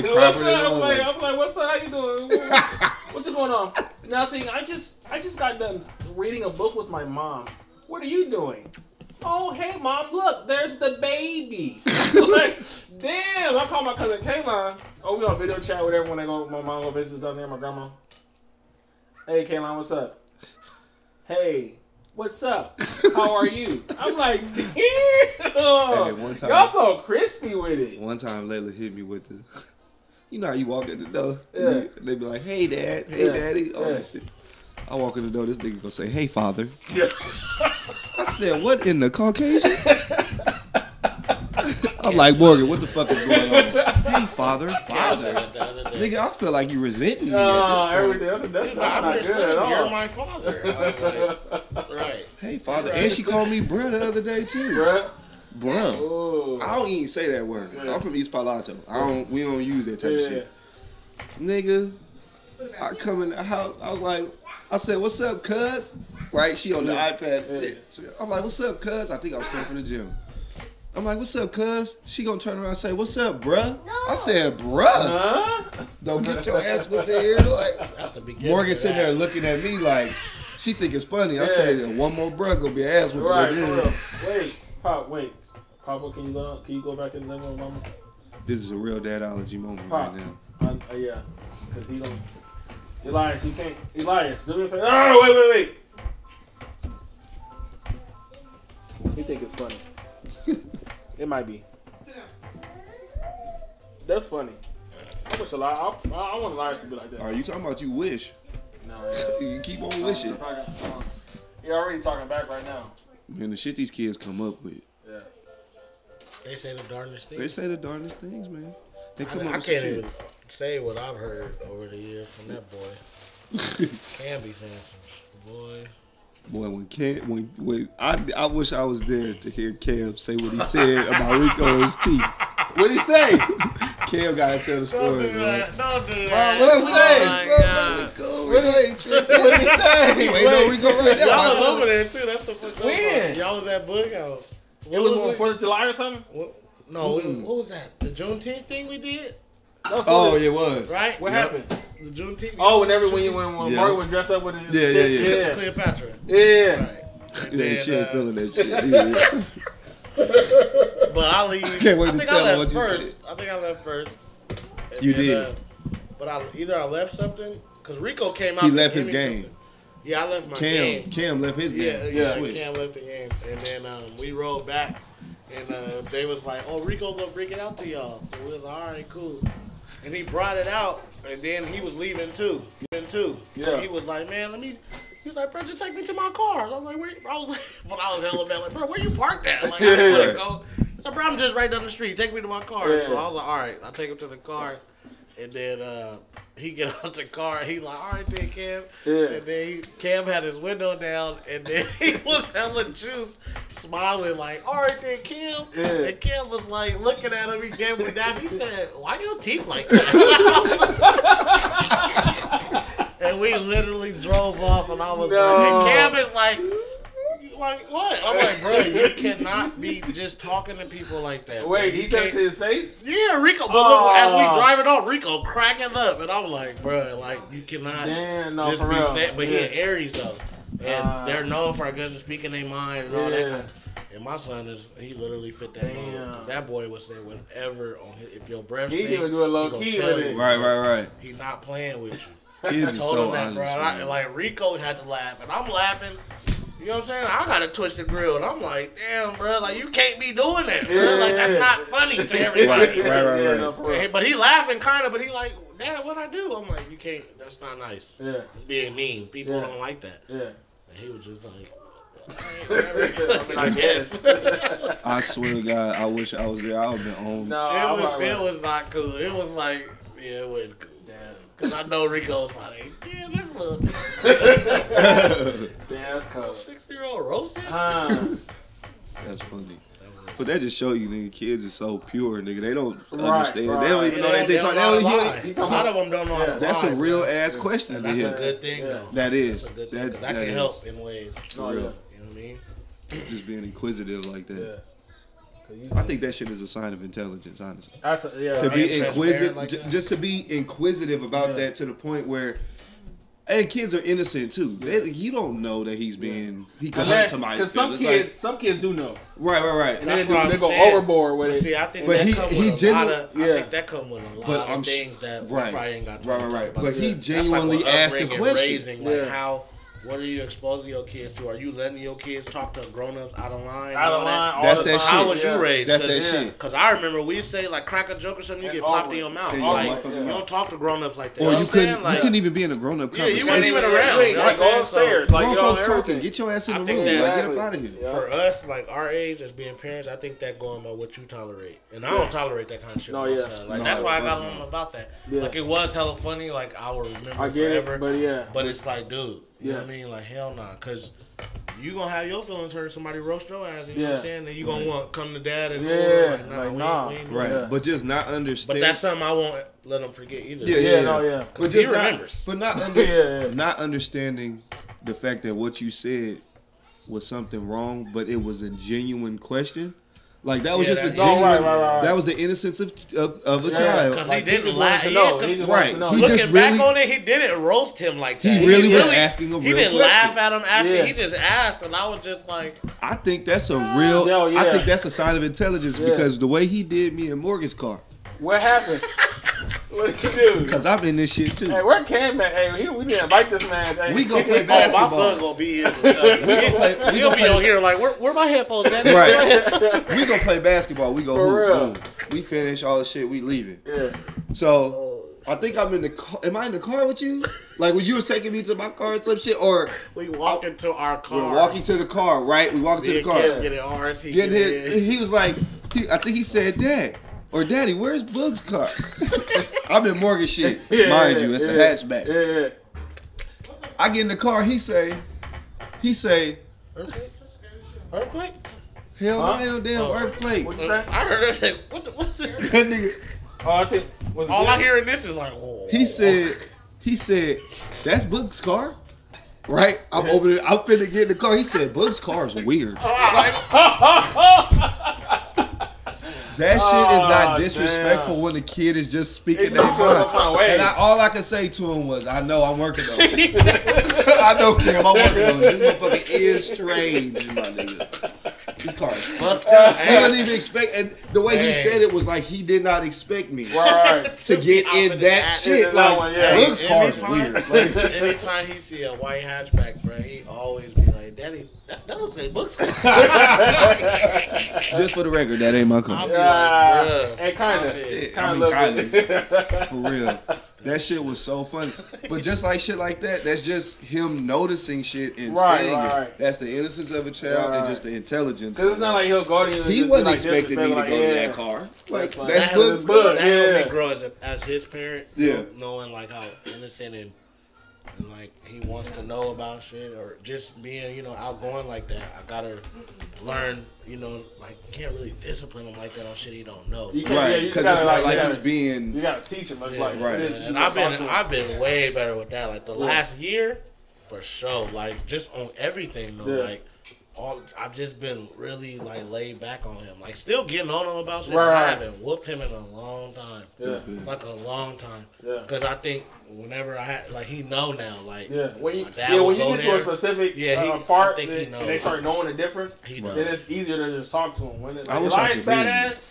[laughs] what's properly up? on I'm like, it. I'm like, what's up? How you doing? [laughs] What's going on? Nothing. I just I just got done reading a book with my mom. What are you doing? Oh hey mom, look, there's the baby. [laughs] like, damn. I called my cousin Kaylon. Oh, we on video chat with everyone. I go, my mom go visit down there. My grandma. Hey Kaylon, what's up? Hey, what's up? How are you? I'm like, damn. one time- Y'all so crispy with it. [laughs] One time Layla hit me with the, [laughs] you know how you walk in the door, Yeah. they be like, hey dad, hey Yeah, daddy, all yeah. that shit. I walk in the door, this nigga gonna say, hey father. Yeah. I said, what in [laughs] the Caucasian? [laughs] I'm like, Morgan, what the fuck is going [laughs] on? hey father, father. the other day. Nigga, I feel like you resenting me No, at this everything. point. That's, that's He's like, I'm not your good at son. You're all. my father. I was like, right. Hey father. And she called me bruh the other day too. [laughs] Bruh. Bruh. Ooh. I don't even say that word. Yeah. I'm from East Palo Alto. I don't we don't use that type of shit. Nigga, Put it back. I come in the house. I was like, I said, "What's up, cuz?" Right? She on the Yeah. iPad. and Yeah. Shit. She- I'm like, "What's up, cuz?" I think I was coming from the gym. I'm like, "What's up, cuz?" She gonna turn around and say, "What's up, bruh?" I said, "Bruh, Huh? don't get your ass with the ear." Like That's the beginning. Morgan of sitting that. there looking at me like she think it's funny. I Yeah. said, "One more bruh gonna be ass with Right. the Hold up. Wait. Pop. Wait. Papa, can you go? Can you go back in the living room, Mama? This is a real dad allergy moment Pop. right now. Uh, uh, yeah. Cause he don't. Elias, you can't. Elias, do me a favor. Oh, wait, wait, wait. You think it's [laughs] funny? it might be. Sit down. That's funny. I wish Elias. I, I, I want Elias to be like that. Are you talking about you wish? [laughs] No. yeah. You keep on wishing. You're already talking back right now. Man, the shit these kids come up with. Yeah. They say the darndest They things. say the darndest things, man. They I, come mean, up I with can't some shit. even say what I've heard over the years from that boy. Can be saying some shit, boy. Boy, when Cam, when, when I, I wish I was there to hear Cam say what he said about Rico's teeth. What'd he say? Cam gotta tell the story, bro. Don't do that. What Oh, I'm saying. Rico, Rico ain't tripping. What'd he [laughs] say? You ain't no Rico right now. Y'all I was know. over there too. That's the fuck. up. When? Y'all was at Bug House. It What was was on it? Fourth of July or something. What- No, it was, what was that? The Juneteenth thing we did, That was Oh, Fourth- it was. right? What Yep. happened? The Juneteenth. Oh, whenever when you Juneteenth. when, when Yeah. Mark was dressed up with his Yeah, shit. yeah, yeah. yeah, Cleopatra. Right. yeah. Yeah, then, she ain't uh, feeling that shit. [laughs] Yeah. But I [laughs] leave. I, can't wait to think tell I what left you first. I think I left first. And You then, did. uh, but I either I left something because Rico came out. He to left give me his game. something. Yeah, I left my Cam, game. Cam left his game. Yeah, He yeah. switched. Cam left the game, and then um, we rolled back, and uh, they was like, "Oh, Rico gonna bring it out to y'all." So we was like, "All right, cool." And he brought it out, and then he was leaving too. Leaving too. Yeah. He was like, "Man, let me." He was like, "Bro, just take me to my car." And I was like, "Where?" you-" I was like, [laughs] "But I was hella mad, like, bro, where you parked at?" Like, [laughs] I didn't Yeah. wanna go. So, bro, I'm just right down the street. Take me to my car. Yeah. So I was like, "All right," I take him to the car, and then. Uh, he get [laughs] out the car. He like, all right, then Cam. Yeah. And then he, Cam had his window down, and then [laughs] he was hella juice, smiling like, all right, then Cam. Yeah. And Cam was like looking at him. He gave him that. He said, why your teeth like that? [laughs] and we literally drove off, and I was No. like, and Cam is like. Like what? I'm like, bro, you cannot be just talking to people like that. bro. [laughs] Wait, You he said it can't- to his face. yeah, Rico. But look, as Aw. we driving off, Rico cracking up, and I'm like, bruh, like you cannot Damn, no, just for be real. set. But he yeah. an Aries though, and Ah. they're known for I guess speaking their mind and all that. yeah. Kind and my son is he literally fit that mold. 'Cause Damn. That boy would say whatever on his, if your breath He stink, even do it low he gonna key tell with you. it. Right, right, He not playing with you. right. [laughs] I Kids are told so him that, honest. bro. And I, man. like Rico had to laugh, and I'm laughing. You know what I'm saying? I got a twisted grill, and I'm like, damn, bro, like you can't be doing that, bro. Like that's Yeah. not funny to everybody. Right, right, Yeah, right. no, for Yeah, real. he- But he laughing kind of, but he like, Dad, what I do? I'm like, you can't. That's not nice. Yeah, It's being mean. People Yeah. don't like that. yeah. And he was just like, "Alright, whatever." I mean, I guess. I swear to God, I wish [laughs] I was there. I would have been [laughs] on. No, it Oh, I'm was like, it was not cool. It was like, yeah, it wasn't cool. Damn. Because I know Rico's probably, yeah, this little That's [laughs] [laughs] close. six year old roasted. Huh. That's funny. That was- But that just show you, nigga, kids is so pure, nigga. They don't Right, understand. They don't right. even know Yeah, that they don't talk. know They how don't to hear. lie. He A talking lot about- of them don't know how to Yeah. That's lie, a real man. ass question And to that's a hear. good thing, Yeah. though. That is. That's a good thing That, because I that can is. help in ways. Oh, yeah. You know what I mean? Just being inquisitive like that. Yeah. 'Cause you I just- think that shit is a sign of intelligence, honestly. that's a, yeah. To I be am transparent inquisitive, like j- that. just to be inquisitive about Yeah. that to the point where, hey, kids are innocent too. Yeah. They, you don't know that he's being he could hurt Unless, somebody. cause some kids, some kids do know, right, right, and right. That's they, do, what I'm they go saying. overboard with But it. see, I think But that he- come he with a lot genuinely- of. I yeah. think that come with a lot But of I'm sh- things that we right. probably ain't got. time Right, to right, talk right. about. But he That's like with genuinely asked the upbringing, question. Raising, like Yeah. how. What are you exposing your kids to? Are you letting your kids talk to grown-ups out of line? and Out of all that? line all That's the time. that How shit. was Yeah. you raised? That's Cause, that yeah. shit. Cause I remember we say like crack a joke or something, you And get popped in always. your mouth. Yeah, you like motherfucker. you don't talk to grown ups like that. Or you know you what I'm saying? couldn't, Like, you couldn't even be in a grown up Yeah, you conversation. wasn't even around, Yeah, you know like what I'm saying? all So- upstairs. Like Grown you know, folks talking. Get your ass in I the think room. that- Like, get up out of here. Yeah. for us, like our age, as being parents, I think that going by what you tolerate, and I don't tolerate that kind of shit. No, with my yeah. son. like No, that's why I got fuck on about that. Yeah. Like it was hella funny. Like I will remember I get forever. it, but yeah, But it's like, dude, you know Yeah. what I mean? Like, hell nah, because you gonna have your feelings hurt. Somebody roast your ass. You know what Yeah. I'm saying? Then you gonna want to come to dad and Yeah, ooh, like, nah, like, we, nah. we ain't doing Right. that. Yeah. But just not understand. But that's something I won't let them forget either. Yeah, yeah, yeah. no, yeah, But 'Cause just he not- remembers. [laughs] But not under, yeah, yeah. not understanding the fact that what you said was something wrong, but it was a genuine question. Like that was Yeah, just a that- No, genuine. right, right, right, right. That was the innocence of of, of a Yeah, Cause child. Like, he didn't just lie. wanted to Yeah, know. 'cause He just wanted Right. to know. He Looking just back really- on it, he didn't roast him like that. He really was asking a He real didn't question. laugh at him asking. Yeah. He just asked, and I was just like, I think that's a real. Yo, I yeah. think that's a sign of intelligence Yeah. because the way he did me in Morgan's car, What happened? [laughs] what did you do? because I'm in this shit too. Hey, where Cam at? Hey, he, we didn't invite this man. Hey, We [laughs] gonna play "Oh, my Basketball. son gonna be here. [laughs] For something. We gonna play- we He'll gonna be play- on here like, where, where my headphones at? [laughs] [laughs] Right. we gonna play basketball. We go For real. hoop. boom. We finish all the shit. We leaving. Yeah. So [laughs] [laughs] I think I'm in the. Car. Am I in the car with you? Like when you was taking me to my car or some shit, or we walk into our car. we're walking to the car, right? We walking to the car. Get in ours. He Get get hit. in. He was like, he, I think he said, Dad or Daddy, where's Bug's car? [laughs] I'm in Morgan shit, [laughs] Yeah, mind you. It's yeah, a hatchback. Yeah, yeah. I get in the car. He say, he say, Earthquake? Earthquake? Hell Huh? no, ain't no damn Oh. earthquake. [laughs] What you say? I heard her say, what the, what's the? That nigga. Oh, I think was it All I good? hear in this is like, whoa. He [laughs] said, he said, that's Book's car, right? I'm opening, I'm finna get in the car. He said, Book's car is weird. Oh, I'm like, That shit is Ah, not disrespectful damn. when the kid is just speaking It's their just going mind. my way. And I, all I could say to him was, I know I'm working on [laughs] it. [laughs] I know, Cam, I'm working on it. This motherfucker is strange, my nigga. This car is [laughs] fucked up. He didn't even expect, and the way Hey. he said it was like he did not expect me. [laughs] Right, right. To get Off in of that Into shit, that like one, yeah. Book's car is Anytime- weird. Like, Anytime he see a white hatchback, bro, he always be like, "Daddy, that, that looks like [laughs] [laughs] books." I'll be Just for the record, that ain't my car. Yeah. like, Hey, "Bruh, kinda. stop it." Shit, Kinda I mean, look kinda. good. [laughs] For real. That shit was so funny. But just like shit like that, that's just him noticing shit and Right, saying right, it. right. That's the innocence of a child Right. and just the intelligence. Cause it's not like he'll go to you. and he just be wasn't like expecting me to disrespect, go like, to yeah. that car. Like That's fine. that's That good. helps Good, That helped yeah. me grow as, a, as his parent. Yeah. kn- knowing like how innocent and, and like he wants to know about shit or just being you know outgoing like that. I gotta learn. You know, like you can't really discipline him like that on shit he don't know. You can't, yeah, Right, you because just gotta, it's not like you he's gotta- being You gotta teach him. It's Yeah, like right. you just- And you I've been gotta talk to him. I've been way better with that. Like the last year, for sure. Like just on everything though. Yeah. Like all I've just been really like laid back on him. Like still getting on him about shit. but Right. I haven't whooped him in a long time. Yeah. Like a long time. Yeah. Because I think whenever I had like he know now like Yeah, when you, my dad yeah, would when you go get to there. a specific Yeah, he- uh, part, I think he and, and knows. they start knowing the difference, He then knows. it's easier to just talk to him. When it's I like, wish I Elias could hear you. badass,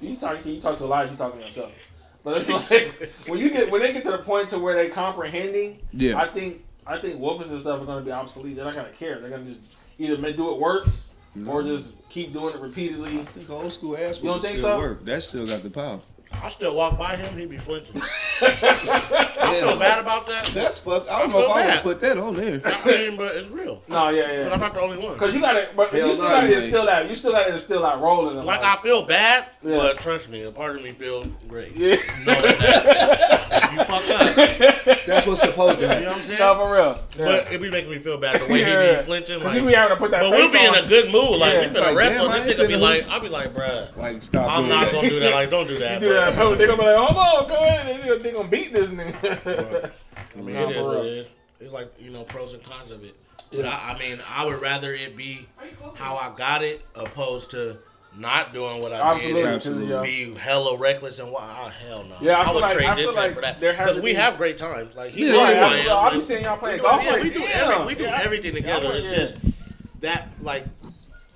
you talk, you talk to Elias, you talk to yourself. But it's like [laughs] when you get when they get to the point to where they comprehending, Yeah. I think I think whoopings and stuff are going to be obsolete. They're not going to care. They're going to just either ma- do it worse or just keep doing it repeatedly. I think old school ass You don't would think still so? work. That still got the power. I still walk by him, he be flinching. I Yeah. feel bad about that. That's fuck. I don't I know if feel I would bad. put that on there. I mean, but it's real. no, yeah, But yeah. I'm not the only one. Cause you gotta, but you Hell still no, gotta man. instill that. You still gotta instill that role in them. Like I feel bad, Yeah. but trust me, a part of me feels great. [laughs] yeah. Knowing that you fuck up. That's what's supposed to You know [laughs] happen. what I'm saying? no, for real. Yeah. But it be making me feel bad the way he Yeah. be flinching. 'Cause Like, you be having to put that. but face we'll be in on. a good mood. Like, Yeah. we finna Like, rest damn, on I this ain't nigga. Be finna like, I'll be like, bruh, Like stop. I'm doing not that. gonna [laughs] do that. Like, don't do that. You do that, bruh. bro. They're gonna be like, "Hold on, come on, they're gonna, they gonna beat this nigga." [laughs] Right. I mean, Nah, it is for what real. it is. It's like you know pros and cons of it. But I, I mean, I would rather it be Are you close? how I got it opposed to not doing what I Absolutely, did. and Absolutely. Yeah. Be hella reckless and why? Oh, hell no. Yeah, I I, feel would like- trade I feel this like in for that there has because to we be- have great times. Like he Yeah, yeah, yeah, knows who I Absolutely. am. I'll be Like, seeing y'all we playing do, golf. yeah, like, we do, damn. every, we do Yeah. everything together. It's yeah. just that like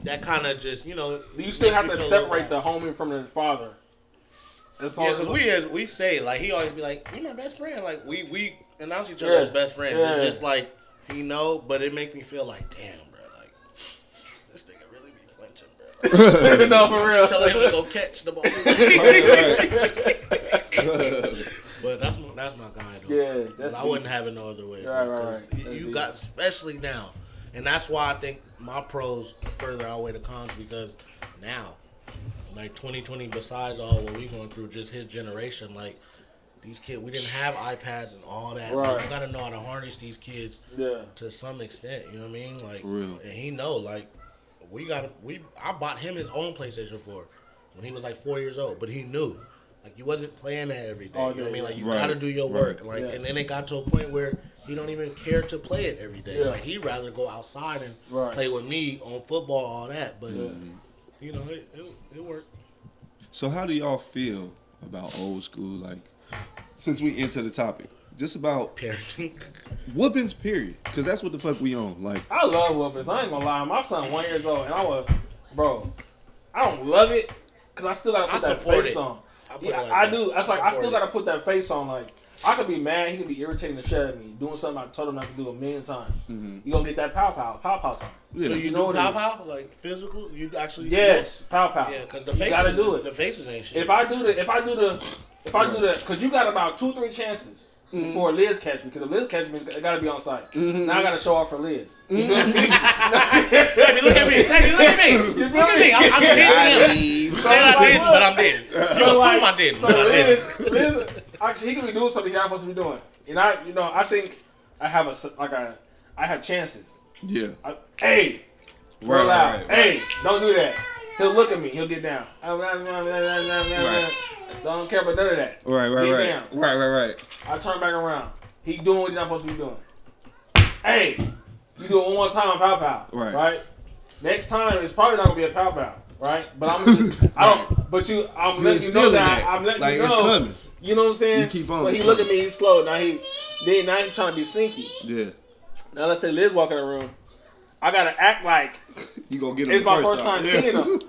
that kind of just you know. You still makes have me feel a to little separate bad. the homie from the father. That's all. Yeah, because we as we say, like he always be like, "We my best friend." Like we we announce each other Yeah. as best friends. Yeah. It's just like he know, but it make me feel like, damn, bro, like this nigga really be flinching, bro. Like, [laughs] no, for real. just telling him to go catch the ball. [laughs] [laughs] [laughs] but that's my that's my guy though. [laughs] Yeah, But that's I wouldn't have it no other way. Right, bro, right, 'cause right. y- That's You decent. got especially now, and that's why I think my pros further outweigh the cons because now, like 2020, besides all what we going through, just his generation, like. These kids, we didn't have iPads and all that. Like, Right. you gotta know how to harness these kids Yeah. to some extent. You know what I mean? Like, For real. and he know like we got to we. I bought him his own PlayStation Four when he was like four years old, but he knew like you wasn't playing that every day. All you know what I day, mean? Like you Right, got to do your right. work. Like, Oh, Yeah. and then it got to a point where he don't even care to play it every day. Yeah. Like he'd rather go outside and Right. play with me on football, all that. But Yeah. you know, it, it, it worked. [laughs] So how do y'all feel about old school? Like since we into the topic, just about Parenting. whoopings, period. Because that's what the fuck we on. Like I love whoopings. I ain't gonna lie. My son one years old, and I was, bro. I don't love it because I still gotta I put that support face it. on. I put it Yeah, like I that. do. That's like I still support gotta it. put that face on. Like I could be mad, he could be irritating the shit at me, doing something I told him not to do a million times. Mm-hmm. You gonna get that pow pow, pow pow time. yeah, So you, know do what it pow is. pow like physical? You actually Yes, pow pow. Yeah, because the You faces. gotta do it. The faces ain't shit. If I do the, if I do the, if I do the, because you got about two, three chances Mm-hmm. before Liz catch me. Because if Liz catch me, I gotta be on site. Now I gotta show off for Liz. You feel Mm-hmm. [laughs] [laughs] me? Hey, look at me. Hey, look at me. You Look at me. I'm, I'm feel me? hitting him. Gotti. You said I didn't, but I didn't. You So, assume like- I didn't, [laughs] So but I didn't. Liz, Liz, actually, he could be doing something he's not supposed to be doing. And I, you know, I think I have a s- like I, I have chances. yeah, I, hey, right, real loud. right, right. Hey, don't do that. He'll look at me. He'll get down. I Don't care about none of that. Right, right, Get right, down. right, right, right. I turn back around. He doing what he's not supposed to be doing. Hey, you do it one more time, pow pow. Right. Right. Next time it's probably not gonna be a pow pow. Right. But I'm. Just, I [laughs] don't. But you, I'm You letting you know instilling that. that. I'm letting like you know. it's coming. You know what I'm saying? You keep on. So he look at me. He's slow. Now he. Then now he's trying to be sneaky. Yeah, Now let's say Liz walk in the room. I gotta act like you gonna get him. It's the my first time Yeah. seeing him.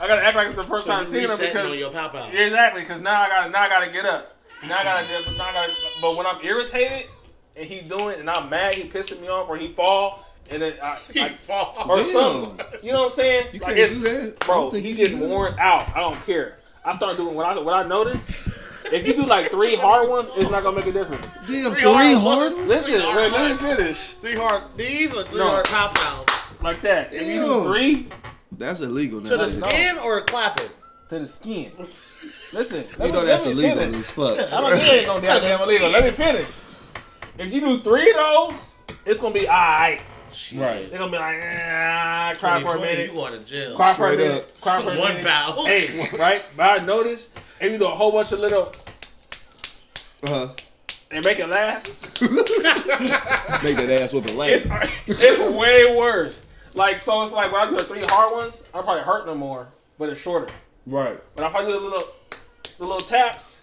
I gotta act like it's the first So time you seeing her resetting because on your pop out. Yeah, exactly, because now I gotta now I gotta get up. Now I gotta get now I gotta but when I'm irritated and he's doing it and I'm mad, he pissing me off or he fall and then I, I or Fall. Damn. something. You know what I'm saying? [laughs] You Like, can't it's- do that. I Bro, don't think he you just should. worn out. I don't care. I start doing what I what I notice. If you do like three hard ones, it's not gonna make a difference. Damn, Three three hard hard. ones. ones? Listen, Three hard wait, let me ones. finish. Three hard. These are three No. hard pop outs. Like that. If you do Ew. three That's illegal. Now. To the isn't know. it? skin or clapping? to the skin. Listen, let You me- know let that's me illegal finish. as fuck. I don't think it's gonna be To the goddamn illegal. Let me finish. If you do three of those, it's gonna be alright. Shit. Right. They're gonna be like, eh, cry for a 2020, you minute, going to jail. cry for a Straight minute, up. cry for a minute. One foul. Hey, right? But I noticed if you do a whole bunch of little [laughs] Uh-huh. [laughs] and make it last, Make that ass whooping it's [laughs] later. it's way worse. Like so, it's like when I do the three hard ones, I probably hurt no more, but it's shorter. [laughs] Right. But if I do the little the little taps,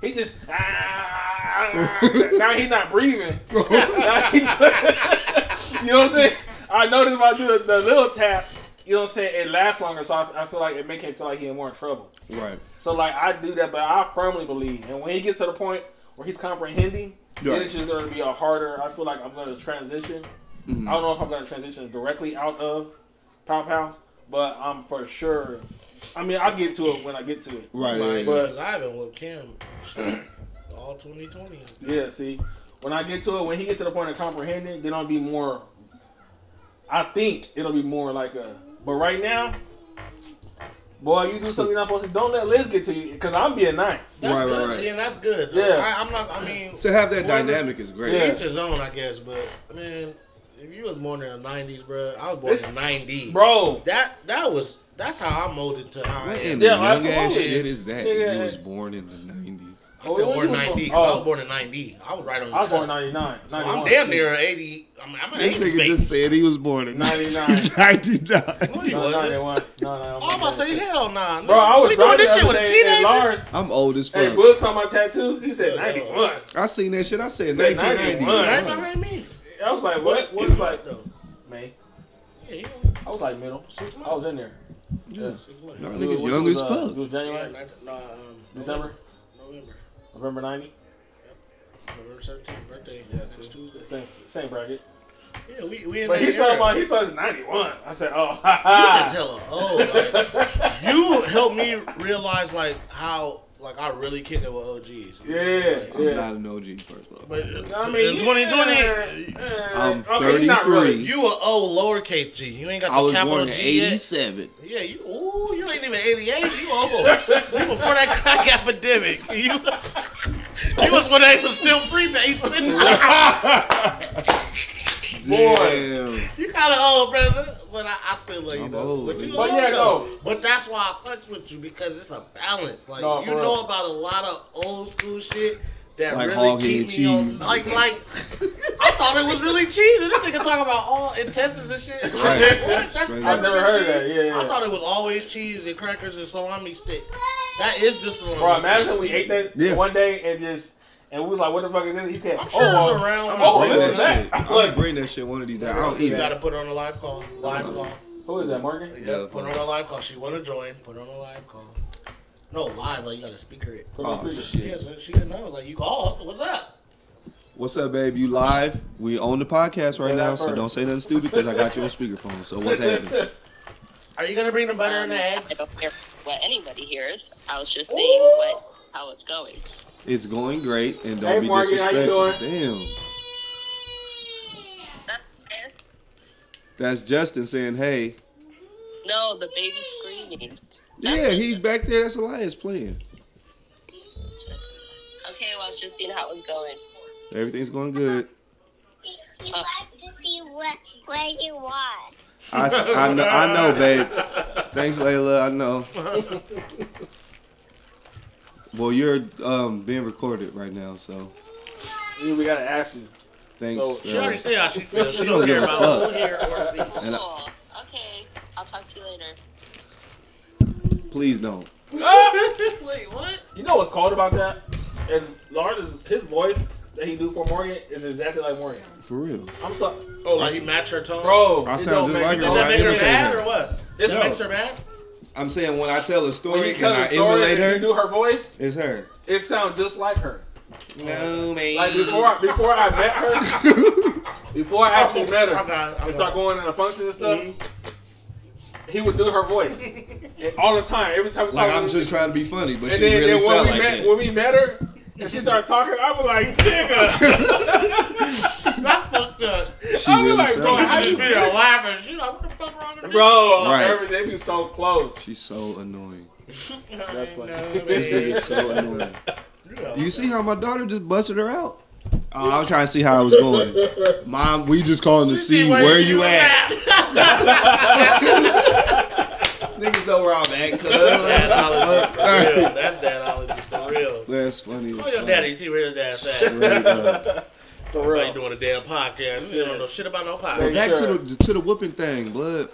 he just ah, [laughs] now he's not breathing. Now he- you know what I'm saying? I notice if I do the, the little taps, you know what I'm saying, it lasts longer. So I, I feel like it make him feel like he's more in trouble. Right. So like I do that, but I firmly believe, and when he gets to the point where he's comprehending, Right. then it's just gonna be a harder. I feel like I'm gonna transition. Mm-hmm. I don't know if I'm gonna transition directly out of Pow Pow, but I'm for sure. I mean, I'll get to it when I get to it. Right. Like, right. But- because I haven't whooped Kim. shit, [clears throat] all 2020. Yeah, see, when I get to it, when he get to the point of comprehending, then I'll be more. I think it'll be more like a. But right now, boy, you do something you're not supposed to. Don't let Liz get to you, because I'm being nice. That's Right, right, good. right. Yeah, that's good. Yeah. I, I'm not. I mean, To have that Well, dynamic is great. To Yeah. each his own, I guess. But man, if you was born in the '90s, bro, I was born It's- in '90. Bro, that that was that's how I molded to how I What am. in Yeah, the young ass absolutely. shit is that? Yeah, yeah, You yeah. was born in the nineties. I said Oh, born you was '90. born- I oh. was born in '90. I was right on. The I was born cusp. 99. So 91. I'm damn near an 80. I'm, I'm an This 80 nigga space. just said he was born in [laughs] 99. no, you 99. No, wasn't. 91. No, no, Oh, I'm about to say hell nah. Bro, I was we doing driving this the shit with other a day, and teenager. Lars, I'm old as hey, fuck. Will saw my tattoo. He said Yeah. 91. I seen that shit. I said Said 1991. Right behind me. I was like, What what? What was was like, right though? man? Yeah, you I was like middle. six I was months. in there. Yeah, six months. Y'all Yeah, It was- niggas young it was, as uh, fuck. It was January, like, nah, um, December, November, November 90. November 17th birthday. Yeah, next see? Tuesday. Same, same bracket. Yeah, we, we in But that he saw era. my, he saw his 91. I said, oh, You just ha hella old. [laughs] Like, ha. you helped me realize like how like I really kick it with OGs. Yeah, Like, I'm yeah. not an OG first love. but I mean, in yeah, 2020, yeah. I'm Okay, he not 33. really- you a old lowercase G. You ain't got the I was capital born in G yet. 87. Yeah, you. Ooh, you ain't even 88. You old. you before that crack epidemic. You. [laughs] You was when they was still [laughs] freebasing. Damn. you kind of old, brother. But I, I still love you. I'm though. old, But you man. But old, yeah, though. no. But that's why I fucks with you because it's a balance. Like No, you for real. know about a lot of old school shit that Like hog really keep head me on. cheese. Like like I thought it was really cheesy. This nigga talking about all intestines and shit. Right. Like, what? That's Straight I've up. never been heard of cheese. that. Yeah, yeah. I thought it was always cheese and crackers and salami stick. That is the salami. Bro, stick. imagine we ate that Yeah. one day and just and we was like, "What the fuck is this?" He said, I'm "Oh, sure it's well, around. I'm Oh, gonna bring listen to that that. shit. I'm Look. gonna bring that shit one of these days. I don't you eat gotta it. put her on a live call. Live call. who is that, Morgan?" Yeah, Yeah. put her on a live call. She wanna join. Put her on a live call. No, live. Like you gotta speak her. It. From the Oh speaker. Yeah, shit. so she can know. Like you called. What's up? What's up, babe? You live? We on the podcast Say right that now, so first. don't say nothing stupid because I got you on speakerphone. [laughs] So what's happening? Are you gonna bring the butter and the Um, I eggs? don't care what anybody hears. I was just seeing Ooh. what how it's going. It's going great, and don't Hey, be Morgan, how you disrespectful. Damn. That's Justin saying, "Hey." No, the baby screams. Yeah, he's back there. That's Elias playing. Okay, well, I was just seeing how it was going. Everything's going good. She wants to see what, where you are. I, s- I know, I know, babe. Thanks, Layla. I know. Well, you're um, being recorded right now, so Yeah, we gotta ask you. thanks. So- She already uh, said how she feels. She don't don't care give a about fuck. who here or see. Cool. And I- cool. okay, I'll talk to you later. please don't. Wait, what? Ah! You know what's called about that? As large as his voice that he do for Morgan is exactly like Morgan. For real. I'm sorry, Oh, like he matched her tone. bro. Oh, I it sound don't just make- like it her, Did don't that right? make- make her Imitate mad her. or what? It's That No. makes her mad. I'm saying when I tell a When story you and tell I the story and emulate you her, do her voice, it's her. it sounds just like her. No, man. Like before, I, before I met her, before I actually met her, Okay, okay. and start going in the functions and stuff, he would do her voice And all the time. Every time we [laughs] like talk, I'm just trying to be funny, but and she then, really then when sound we like met that. when we met her and she started talking, I was like, nigga, That fucked [laughs] up. She I was really like, sound bro, like how I you just be that. a laughing. She like, what the fuck wrong with bro, Right. every- they be so close. She's so annoying. you? That's funny. This nigga's so annoying. You see how my daughter just busted her out? Oh, I was trying to see how I was going. Mom, we just calling to see where you at. [laughs] Niggas know where I'm at, Dadology for real. cuz. That's dadology for real. That's funny. as Tell your fuck. daddy, see where his ass at. Straight [laughs] up. For Why you real. doing a damn podcast? You don't know shit about no Yeah. podcast. Back Sure. to the to the whooping thing, blood.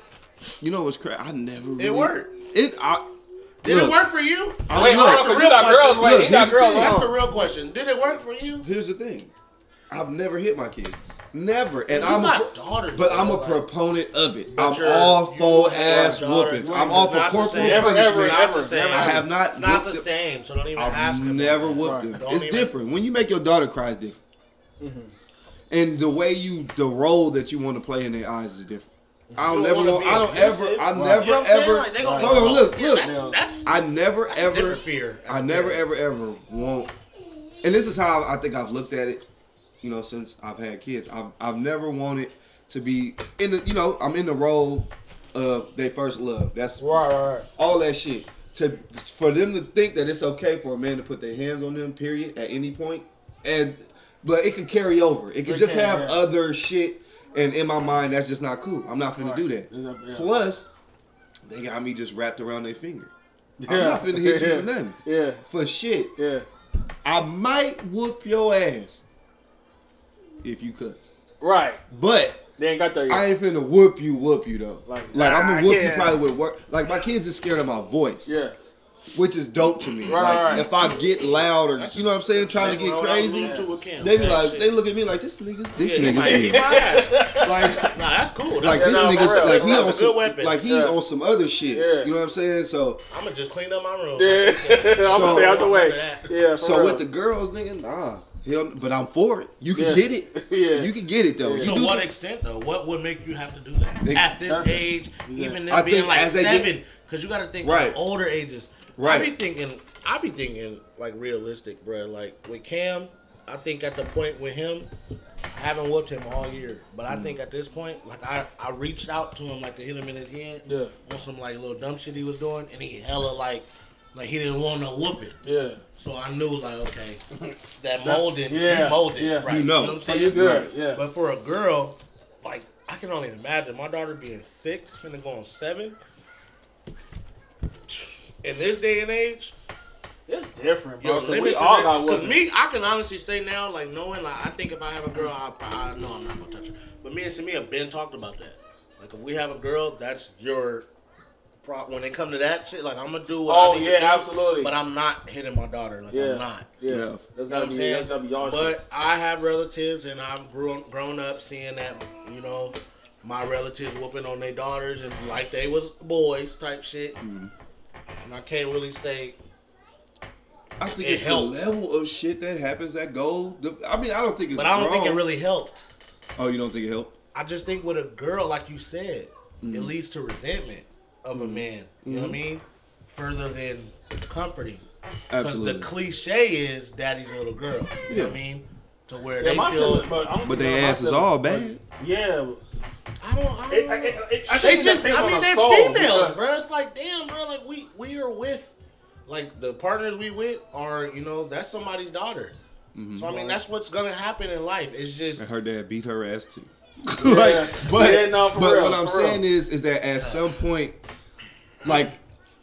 You know what's crazy? I never really, worked. It I, Did look, it work for you? I, Wait, look, hold on, 'cause you got girls. Wait, Look, he got here's the girls. thing. That's Hold the on. real question. Did it work for you? Here's the thing. I've never hit my kid. Never. And You I'm a, got pro- daughters, but though, I'm a like- proponent of it. But I'm your- all you for have ass daughters. whoopings. Right. I'm all It's for not the corporal same. Ever, ever, punishment. ever. Not the same. I have not It's not the whooped them. same, so don't even ask I've him. never about that. whooped Right. them. Don't It's even- Mm-hmm. different. When you make your daughter cry, it's different. And the way you, the role that you want to play in their eyes is different. I don't You ever, wanna know, be I don't ever, abusive. I You know never what I'm saying? ever. Like, they gonna be hold on, so look, scared. That's, look. that's, I never that's a ever different fear. That's I a never different- ever ever want and this is how I think I've looked at it, you know, since I've had kids. I've I've never wanted to be in the, you know, I'm in the role of their first love. That's Right, right, right. all that shit. To for them to think that it's okay for a man to put their hands on them, period, at any point, and but it could carry over. It could It just can, have yeah. other shit, and in my mind, that's just not cool. I'm not gonna do that. Yeah. Plus, they got me just wrapped around their finger. I'm Yeah. not finna hit you Yeah. for nothing. Yeah, For shit, yeah. I might whoop your ass if you cuss, Right. but They ain't got there yet. I ain't finna whoop you, whoop you though. Like, Like, I'm ah, gonna whoop yeah. you probably with work. Like my kids is scared of my voice yeah. which is dope to me. Right, like right. if I get loud or you know what I'm saying, trying to Same get road I crazy, moved to with Kim. they be Same like, shit. they look at me like this nigga's this Yeah, [laughs] nigga's they [laughs] here. like, "Yeah." Like, Nah, that's cool. That's like this no, for nigga's real. like he That's a on good some, weapon. like he Yeah. on some other shit. Yeah. You know what I'm saying? So I'm gonna just clean up my room. Yeah. [laughs] I'm gonna stay out the way. Yeah. for so real. with the girls, nigga, nah, hell, but I'm for it. You can Yeah. get it. [laughs] Yeah. You can get it though. Yeah. You To do what some- extent though? What would make you have to do that They- at this Nothing. age? Yeah. Even I them being think like as they get- seven, because you got to think Right. like older ages. Right. I be thinking, I be thinking like realistic, bruh. Like with Cam, I think at the point with him, I haven't whooped him all year, but Mm. I think at this point, like I, I reached out to him like to hit him in his head Yeah. on some like little dumb shit he was doing, and he hella like, like he didn't want no whooping. yeah. So I knew like [laughs] okay, that molded, yeah, he molded, yeah. right? You know. what I'm So saying? you good? Right. Yeah. But for a girl, like I can only imagine my daughter being six, finna go on seven. In this day and age, It's different, your bro. 'cause we limits. all got Because women. me, I can honestly say now, like knowing, like I think if I have a girl, I probably know I'm not gonna touch her. But me and Samia have been talked about that. Like if we have a girl, that's your. Pro- when it come to that shit, like I'm gonna do what oh I need yeah, to do, absolutely. but I'm not hitting my daughter. Like yeah. I'm not. Yeah. Yeah. You That's know gotta what I'm be. That's saying? gotta be y'all shit. But I have relatives, and I'm grown grown up seeing that, you know, my relatives whooping on their daughters and like they was boys type shit. Mm-hmm. And I can't really say I think It it's helps. the level of shit that happens that goal. the- I mean, I don't think it's. but I don't think it wrong. really helped. Oh, you don't think it helped? I just think with a girl, like you said, it Mm-hmm. leads to resentment of a man. You know what I mean? Further than comforting. Because Absolutely. the cliche is daddy's little girl. You know what I Yeah. mean? To where Yeah, they my feel sibling, but, I'm but you know, their my ass is sibling- all bad. Yeah. I don't I It, don't I- know. it, it, I they think just, that's I mean, on they're soul, females, because- bro. It's like, damn, bro. Like we we are with, like the partners we with are, you know, that's somebody's daughter. Mm-hmm. So I mean, that's what's gonna happen in life. It's just And her dad beat her [laughs] ass too. like, but Yeah, no, for but real, what I'm for saying real. is is that at some point, like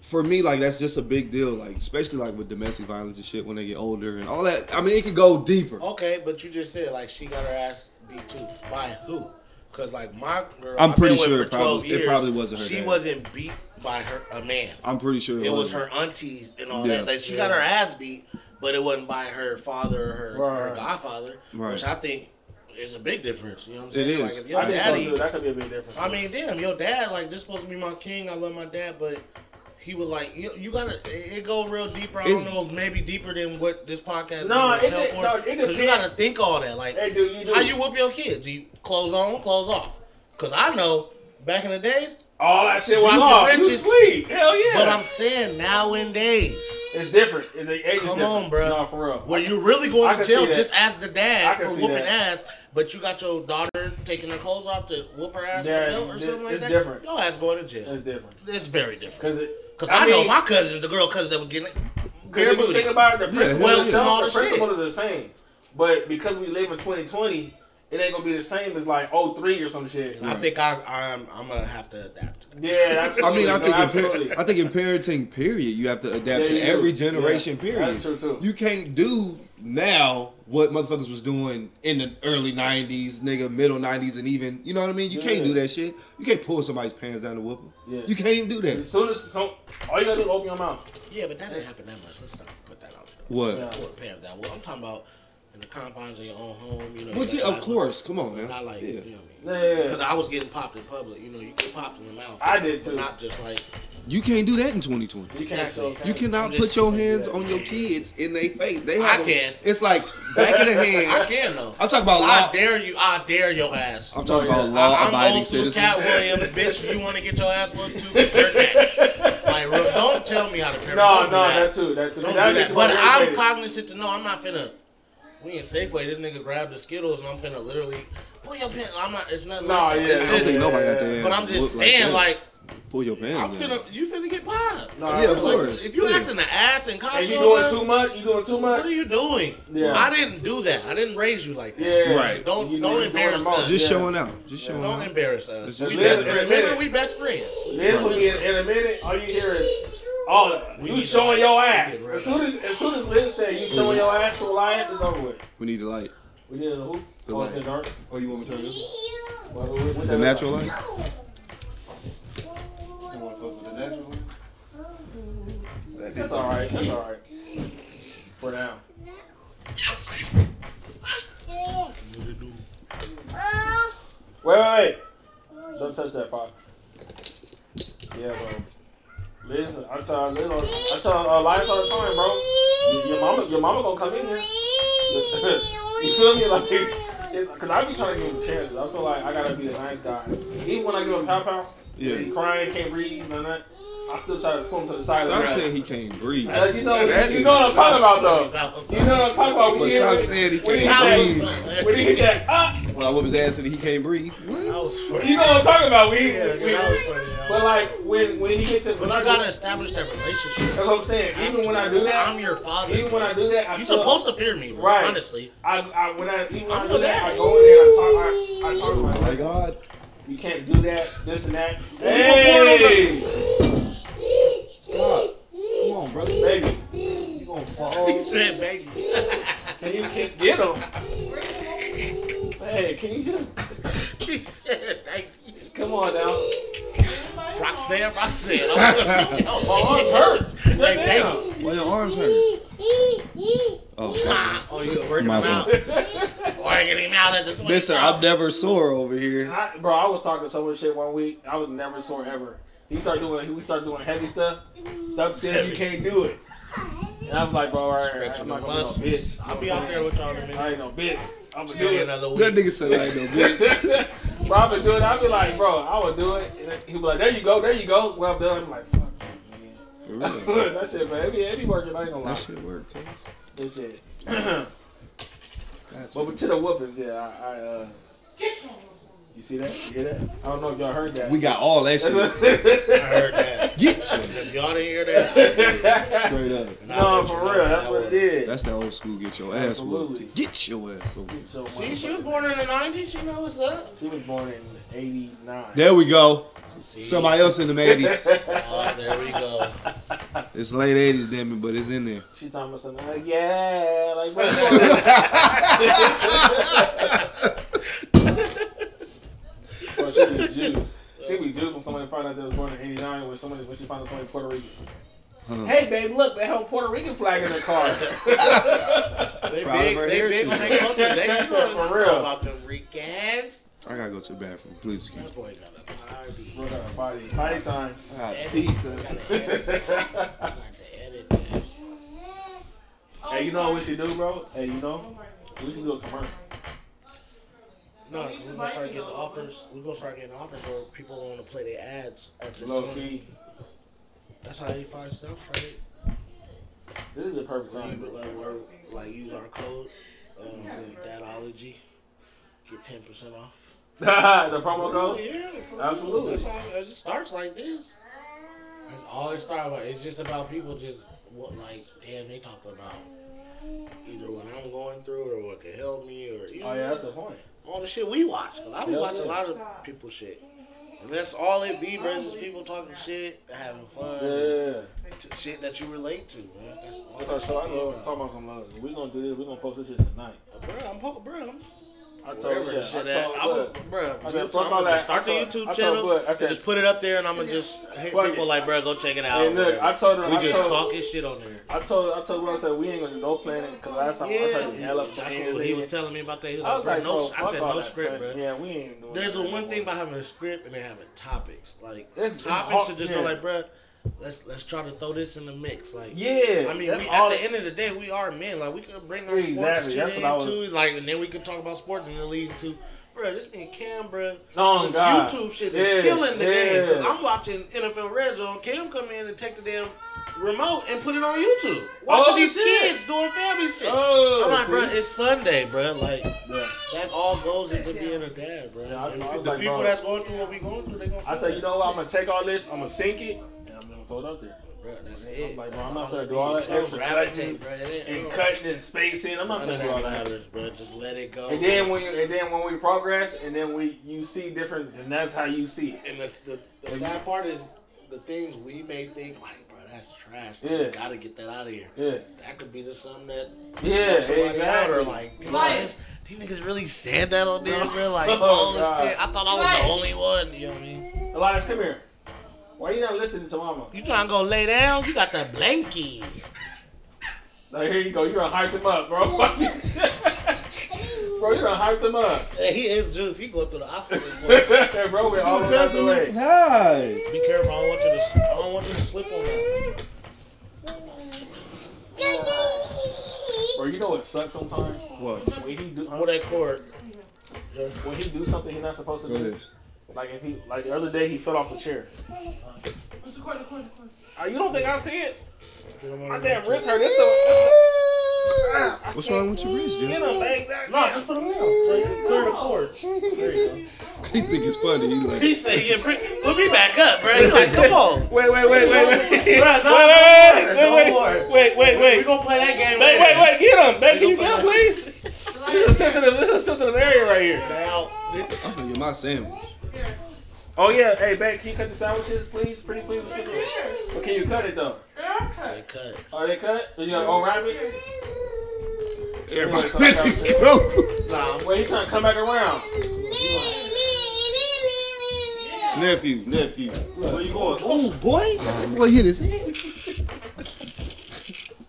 for me, like that's just a big deal. Like especially like with domestic violence and shit when they get older and all that. I mean, it can go deeper. Oh. okay, but you just said like she got her ass beat too by who? Because like my girl, I'm I've been pretty with sure for it probably- 12 it probably wasn't her She dad. wasn't beat by her a man. I'm pretty sure It was wasn't. her aunties and all Yeah. that. Like she got her ass beat, but it wasn't by her father or her, her Right. godfather, Right. which I think is a big difference. You know what I'm It saying? is. Like if your I think so, daddy, too. that could be a big difference. I mean, damn, your dad, like, this supposed to be my king. I love my dad, but he was like, you, you gotta, it, it go real deeper. I It's- don't know, maybe deeper than what this podcast No, is. it de- no, it Because you depend- gotta think all that. Like, Hey, dude, you do. how you whoop your kid? Do you clothes on, clothes off? Because I know back in the days, all that shit was Drop the off. You wrenches. sleep. Hell yeah. but I'm saying nowadays. It's different. It's, it, it's Come different. on, bro. No, for real. When you really I going can to see jail, that. just ask the I dad can for see whooping that. ass, but you got your daughter taking her clothes off to whoop her ass Yeah, for guilt or it's- something like it's that. different. Your ass going to jail. It's different. It's very different. Cause it. Because I I, know mean- my cousin, the girl cousin that was getting Because bare if you booty. think about it, the Yeah, principle, well, itself, it's all the the principle shit. is the same. But because we live in 2020, it ain't gonna be the same as like 03 or some shit. I think I, I'm, I'm gonna have to adapt. Yeah, I absolutely. mean, I No, think in absolutely. par- I think in parenting period, you have to adapt Yeah, to you do. every Yeah, generation period. that's true, too. You can't do now what motherfuckers was doing in the early '90s, nigga, middle '90s, and even you know what I mean. You can't Yeah. do that shit. You can't pull somebody's pants down to whoop them. Yeah. You can't even do that. As soon as so, all you gotta do is open your mouth. Yeah, but that didn't happen that much. Let's not put that out there. What? Yeah. Pull the pants down. Well, I'm talking about in the confines of your own home. You know. Well, yeah, your of guys- course. Come on, man. Not like yeah. you know what I Yeah, yeah, Because yeah. I was getting popped in public. You know, you get popped in the mouth. I did, but too. Not just like You can't do that in 2020. You can't. Exactly. You You cannot I'm just put your saying hands that. on your kids in their face. They I have a- can. It's like [laughs] back of the I hand. can though. I'm talking about I law. dare you. I dare your ass. I'm talking No, about yeah. I'm law-abiding old school citizens. Cat [laughs] Williams, bitch. You want to get your ass whooped too? You're next. Like, real- don't tell me how to parent. [laughs] No, Don't do no, that. that too. That too. Don't That do makes that. you But more I'm irritated. cognizant to know I'm not finna We in Safeway. This nigga grabbed the Skittles and I'm finna literally pull your pants. I'm not. It's nothing. Nah, like that. yeah, It's I don't just- think nobody got their yeah, ass But I'm just whooped saying, that. like, pull your pants. I'm down. finna, you finna get popped. Nah, yeah, of Like, course. if you yeah. acting an ass in college, And you bro, doing too much? You doing too What are much? you doing? Yeah. I didn't do that. I didn't raise you like that. Yeah. Right. Don't- You- don't you're doing embarrass the most. us. Just Yeah. showing out. Just showing Don't out. embaress It's us. just We lit. best friends. Remember, Admit it. we best friends. This will be in a minute. All you hear is, "Oh, We you need showing to- your we ass." get rid As of soon as, as soon as Liz said, "You Mm-hmm. showing your ass to Elias," it's over with. We need the light. We did a who? The oh, it's light. in the dark. Oh, you want me to turn this? What- what- what The that natural look light. like? You wanna fuck with the natural light? That's all right. That's all right. For now. Wait, wait, wait. Don't touch that pop. Yeah, bro. Listen, I tell Liz, on- I tell uh, Elias all the time, bro. Your- Your mama, your mama gonna come in here. [laughs] you feel me? Like, it's, cause I be trying to give him chances. I feel like I gotta be a nice guy. Even when I give him pow pow, Yeah. he crying, can't breathe, none of that. I still try to pull him to the side. Stop of saying he can't breathe. Like, you know, That you is- know what I'm talking about, though. You know what I'm talking about. But We hear stop it. saying he when he can't hit breathe. that, when he hit that, ah, When I whoop his ass and he can't breathe. That What? was funny. you know what I'm talking about. We, Yeah, we, that was funny. but like when when he gets But it, when I you do- gotta establish that relationship. That's what I'm saying. Even when I do I'm that, your father. even when I do that, I You're feel- supposed to fear me, bro. Right. [laughs] Honestly. I, I when I even when I I'm do that, good. I go in there. I talk. I, I talk Oh about my this. God. You can't do that. This and that. gonna pour it Hey, Stop. Come on, brother. baby, You gonna He fall. said, baby. [laughs] can you can get him? Hey, can you just he said, baby. come on now? Roxanne, [laughs] Roxanne. Oh, I'm gonna [laughs] pick your My arms Oh, hurt. Like, Goddamn. Why your arms hurt? Oh, Oh, you working My him out? Oh, fault. [laughs] Working him out at the 20 Mister, I'm never sore over here. I, bro, I was talking so much shit one week. I was never sore ever. He started doing. We started doing heavy stuff. Stop saying you can't do it. And I was like, bro, all right, all right, Stretching the I'm not gonna be no muscles. bitch. I'll be out there with y'all in a I minute. ain't no bitch. I'm gonna [laughs] do Give me it. another week. That [laughs] nigga said I ain't no bitch. bro, I've been doing. I've been like, bro, I would do it. And he be like, there you go, there you go. Well done. I'm like, fuck. For real. man. [laughs] that shit, man. It be, it be working. I ain't gonna That lie. shit work, cuz. This shit. [clears throat] but Gotcha. to the whoopings, yeah. I, I uh, Get your you see that? You hear that? I don't know if y'all heard that. We got all that That's shit. I what- heard that. Get you. If y'all didn't hear [laughs] that, Straight up. then I'll no, let you for know real. that That's what was- it is. That's that old school get your ass Absolutely. whooped. Get your ass whooped. So, See, she was born in the 90s. She know what's up. She was born in '89. [laughs] There we go. See? Somebody else in the 80s. Oh, there we [laughs] go. It's late 80s, damn it, but it's in [laughs] there. She talking about something like, yeah, like what's [laughs] Bro, she be juice. She be juice when somebody found out they was born in '89 when somebody when she found out somebody Puerto Rican. Huh. Hey, babe, look, they have a Puerto Rican flag in their car. [laughs] They Proud big, of her they big heritage. when they come to [laughs] they you know For real. about them weekends. I gotta go to the bathroom. Please, excuse That me. boy got a party. Bro, got a body, body [laughs] time. I got Edit. Ah, pizza. Gotta edit- gotta edit that. hey, you know what we should do, bro? Hey, you know, phone. we should do a commercial. No, we're gonna start getting offers. We're gonna start getting offers where people wanna play their ads at this Low time. key, That's how 85 South started. this is the perfect Where you time. would bro. like, where, like use our code, um, Dadology, get 10% off. [laughs] the promo Oh, code. yeah, for real. Absolutely. That's all, it just starts like this. That's all it starts about. It's just about people just what like damn they talking about either what I'm going through or what could help me or you know, Oh yeah, that's the point. all the shit we watch. 'Cause I be Yeah, watching a yeah. lot of people shit. And that's all it be, bro. is Just people talking shit, having fun, Yeah. t- shit that you relate to, man. That's all Okay, so I know talking about some love. We're gonna do this, we're gonna post this shit tonight. Bro, I'm po- bro, I'm I told wherever you, the shit I at. told I'm, Bud. bro, I I said, am fuck all gonna that. just start the I told- I YouTube told channel Bud, I said- and just put it up there, and I'm gonna just hit Fuck people it. like, bro, go check it out. Hey, look, I told her, we I just told, talking shit on there. I told, I told her, I said we ain't gonna do no planning because last time I tried to hella Yeah, that's plan. what he was I telling me about that. He was was like, bro, like, no, bro, I fuck said all no that, script, man. bro. Yeah, we ain't doing. There's the that one thing anymore. about having a script and then having topics, like It's- it's topics to hard- just yeah. go like, bro, let's let's try to throw this in the mix, like. Yeah, I mean, we, that's at all the it- end of the day, we are men. Like, we could bring our Exactly, sports shit that's in what I was- too, like, and then we could talk about sports and then lead to, bro. This being Cam, bro. Oh, This God. YouTube shit Yeah, is killing the game yeah. because I'm watching NFL Red Zone. Cam come in and take the damn remote and put it on YouTube. Watching Oh, these shit. kids doing family shit. Oh, I'm like, see? bro, it's Sunday, bro. Like Yeah. that all goes into being a dad, bro. Yeah, I- I And was the like, people bro. that's going through what we going through, they gonna. I feel said, it. you know what? I'm gonna take all this. I'm gonna sink it, and I'm gonna throw it out there. Bro, that's I'm it. like, bro, That's I'm not all gonna it do all needs. that extra Don't gravitate, cutting bro. It ain't- and it cutting and spacing. I'm None not of gonna do all that that. matters, bro. Just let it go. And then when you and then when we progress, and then we you see different, and that's how you see it. And the, the, the sad part is the things we may think like, bro, that's trash. Bro. Yeah. We gotta get that out of here. Yeah, That could be the something that yeah, helps somebody out or exactly. like. God, Liars. These niggas really said that on there, No. bro. Like, [laughs] Oh, oh, God. shit, I thought I was Liars. the only one. You know what I mean? Elias, come here. Why you not listening to Mama? You trying to go lay down? You got that blankie. Now here you go. You done hyped him up, bro. bro, you done hyped him up. Hey, he is juice. He going through the obstacle course. bro, we're all out the way. Nice. Be careful. I don't want you to. I don't want you to slip on that. Bro, you know what sucks sometimes? What? When he do Hold that cord. when he do something he's not supposed to Go do. ahead. Like if he like the other day he fell off the chair. It's recording, recording, recording. Uh, you don't think I see it? Get him on My the damn wrist. wrist hurt. It's the. It's the Ah, I What's can't wrong with your wrist, Get dude? him, laying back. No, just put him down. So you can clear the cord. [laughs] There you He think it's funny. He He like, said, yeah, pre- put me back up, bro. He's like, come on. go. Wait, wait, wait, wait, wait. Wait, Bruh, no, wait, no wait, more. wait, wait, wait, We wait. gonna play that game Wait, later. wait, wait, get him. Babe, can you We get him, gonna please? This is a sensitive, this is a sensitive area right here. Now, this, I'm gonna get my sandwich. Here. Oh, yeah. Hey, babe, can you cut the sandwiches, please? Pretty please. But can you cut it, though? they Haircut. cut. Are they cut? Are you gonna unwrap it? [laughs] Everybody, let's go. Nah, Wait, he trying to come back around. Nephew, nephew. Where you going? Oh boy, that boy hit his head.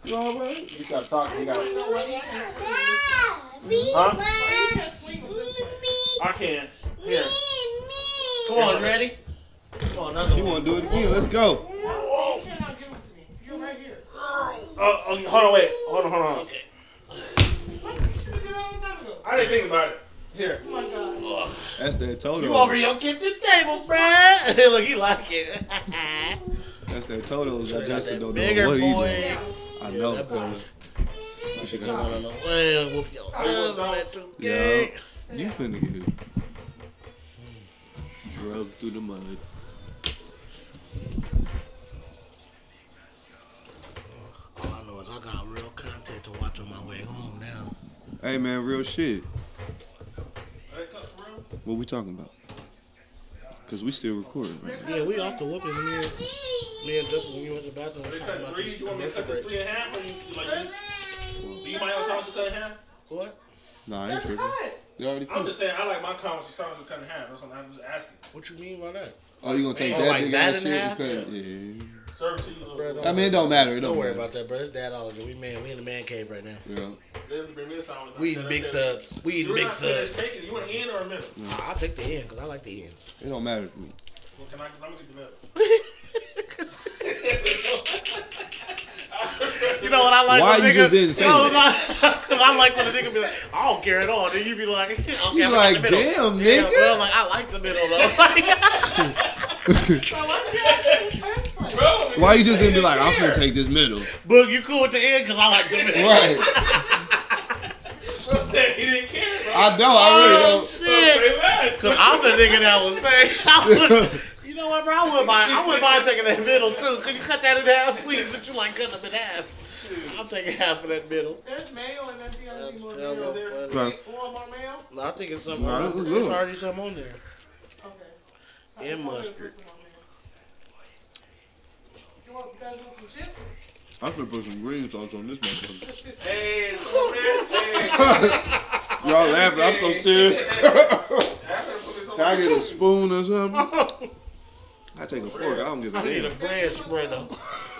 You all right? You stop talking. You You got. know what? You can't swing this- you can't swing with this one. I can. Here. come on, you ready? Come on, another You one. wanna do it again? Let's go. You cannot give it to me. You're right here. Oh, okay, hold on, wait. Hold on, hold on. Okay. What? You should have done that a long time ago. I didn't think about it. Here. Oh my God. That's that You Toto. over your kitchen table, bro. [laughs] Look, he like it. [laughs] That's that Toto's. I Got just that don't know what he bigger doing. boy. I Yeah, know. that bro. boy. You should Come on, go. on the way, whoop your ass on that two Yeah. gate. You finna get drug through the mud. All I know is I got real content to watch on my way home now. Hey man, real shit. What we talking about? Cause we still recording. Right? Yeah, we off the whooping. Me and, me and Justin, when you went to the bathroom, we was talking about these commercial breaks. in half? Or you, like, do you mind your sausage cut in half? What? Nah, I ain't Haircut. tripping. You already I'm cooked. just saying, I like my sausage sausage cut in half. That's what I'm just asking. What you mean by that? Oh, you gonna take Oh, that like big that ass in shit? and half? cut it? Yeah. Serve it to you. Bro, don't- I mean, it don't matter. It Don't don't, worry matter. about that, bro. It's dadology. We man, we in the man cave right now. Yeah. There's gonna be me a sandwich. We eating big subs. We eating You're big not finished subs. taking it. You want an end or a middle? Nah, I'll take the end because I like the ends. It don't matter to me. [laughs] Well, can I, let me get the middle. You know what I like? Why when a you nigga, just didn't say no, [laughs] that? Because I like when a nigga be like, I don't care at all. Then you be like, [laughs] okay, I'm You in like, the middle. damn, Yeah, nigga. bro, like I like the middle though. [laughs] Like, So why did you ask me in the first place? Bro, [laughs] Why you because just didn't be they like, I'm care. gonna take this middle? Boog, you cool with the end because I like the middle. Right. Bro said he didn't care. Bro. I don't. Oh I shit. Say less. Cause I'm the nigga that would say, [laughs] really I don't. would, you know what, bro? I wouldn't mind. I wouldn't mind taking that middle too. Could you cut that in half, please? Since you like cutting them in half, I'm taking half of that middle. There's mayo and everything else. That's You want hella mayo there? funny. Bro. You want more mayo? No, I think it's something. No, on that was there. It's good. already something on there. Okay. And I told you to put mustard. some on there. You want, you guys want some chips? I'm gonna put some green sauce on this motherfucker. Hey, slow down. Hey. Y'all laughing. I'm so serious. [laughs] After the food is Can I over. get a spoon or something? I take a fork. I don't give [laughs] I need a a bread spreader.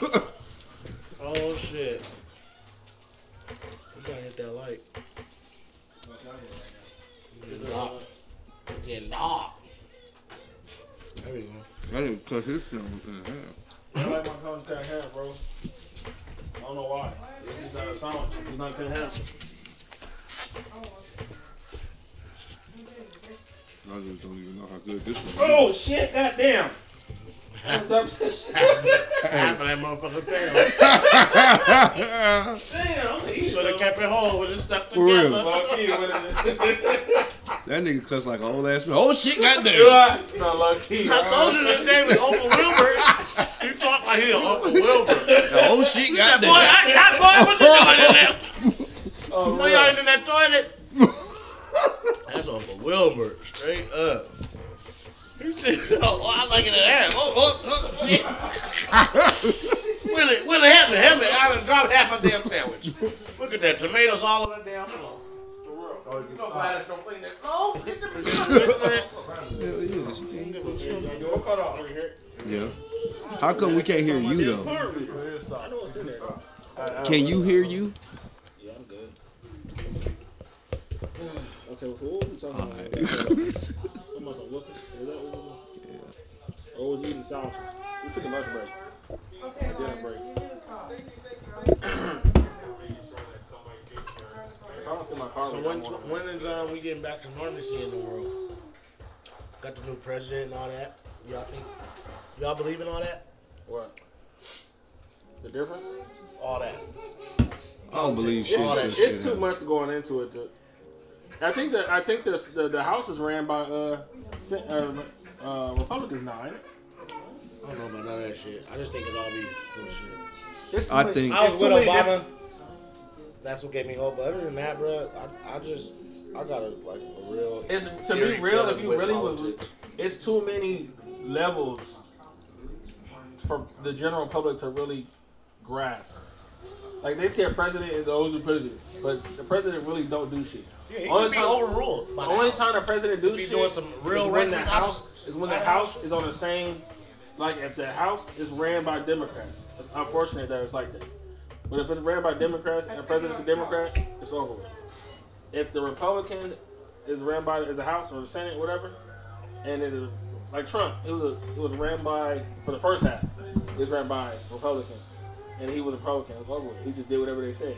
damn. [laughs] Oh shit. We gotta hit that light. Get dark. Get dark. There we go. I didn't cut his sandwich in half. I like my sandwich cut in half, bro. I don't know why. It's just not a sandwich. It's not cut in half. I just don't even know how good this one is. Oh shit! Goddamn. half, half of that motherfucker down. Damn. He should have kept it whole with it stuck For real. together. Low key, what [laughs] is [laughs] That nigga cussed like an old ass man. Oh shit, goddamn. it? no, low key. I told you his name is Uncle Wilbur. You talk like he Uncle Wilbur. Oh shit, That boy, goddamn. I, that boy, what you doing in there? Oh, Why y'all ain't in that toilet? That's Uncle Wilbur, straight up. You see, [laughs] oh, I like it in half. Oh, oh, oh, shit. Willie, Willie, help me, help me. I done dropped half my damn sandwich. Look at that, tomatoes all over the damn floor. Nobody's gonna clean that. No, get the [laughs] Hell yeah, she can't- Yo, cut off. Yeah. How come we can't hear you though? I know it's in there. Can you hear you? Yeah, I'm good. Okay, well, what were we talking about? [laughs] Alright. Someone's a whooping. Is that what it was? Or was it even sound? We took a lunch break. Okay, Yeah, Lawrence, break. you need to stop. I don't see my car. So right when, now. when is um, we getting back to normalcy in the world? Got the new president and all that. Y'all think? Y'all believe in all that? What? The difference? All that. I don't believe shit. All that just It's shit too happened. much going into it. To, I think that I think the the, the house is ran by uh, se- uh, uh Republicans now. Ain't it? I don't know about none of that shit. I just think it all be full of shit. It's too I many- think- I was it's too with many Obama. That's what gave me hope. But other than that, bro, I, I just I got a like a real. different- It's to eerie be real. feeling If you with really would, politics. it's too many levels for the general public to really grasp. Like they say, a president is always a president, but the president really don't do shit. Yeah, he Only could be time- overruled. The by the only House. time the president do Be shit doing some real is when the reckless house opposite- is when the house is on the same. Like if the house is ran by Democrats, it's unfortunate that it's like that. But if it's ran by Democrats and the president's a Democrat, it's over. with. If the Republican is ran by is the House or the Senate, whatever, and it is like Trump, it was a, it was ran by for the first half, it was ran by Republicans, and he was a Republican. It's over. with. He just did whatever they said.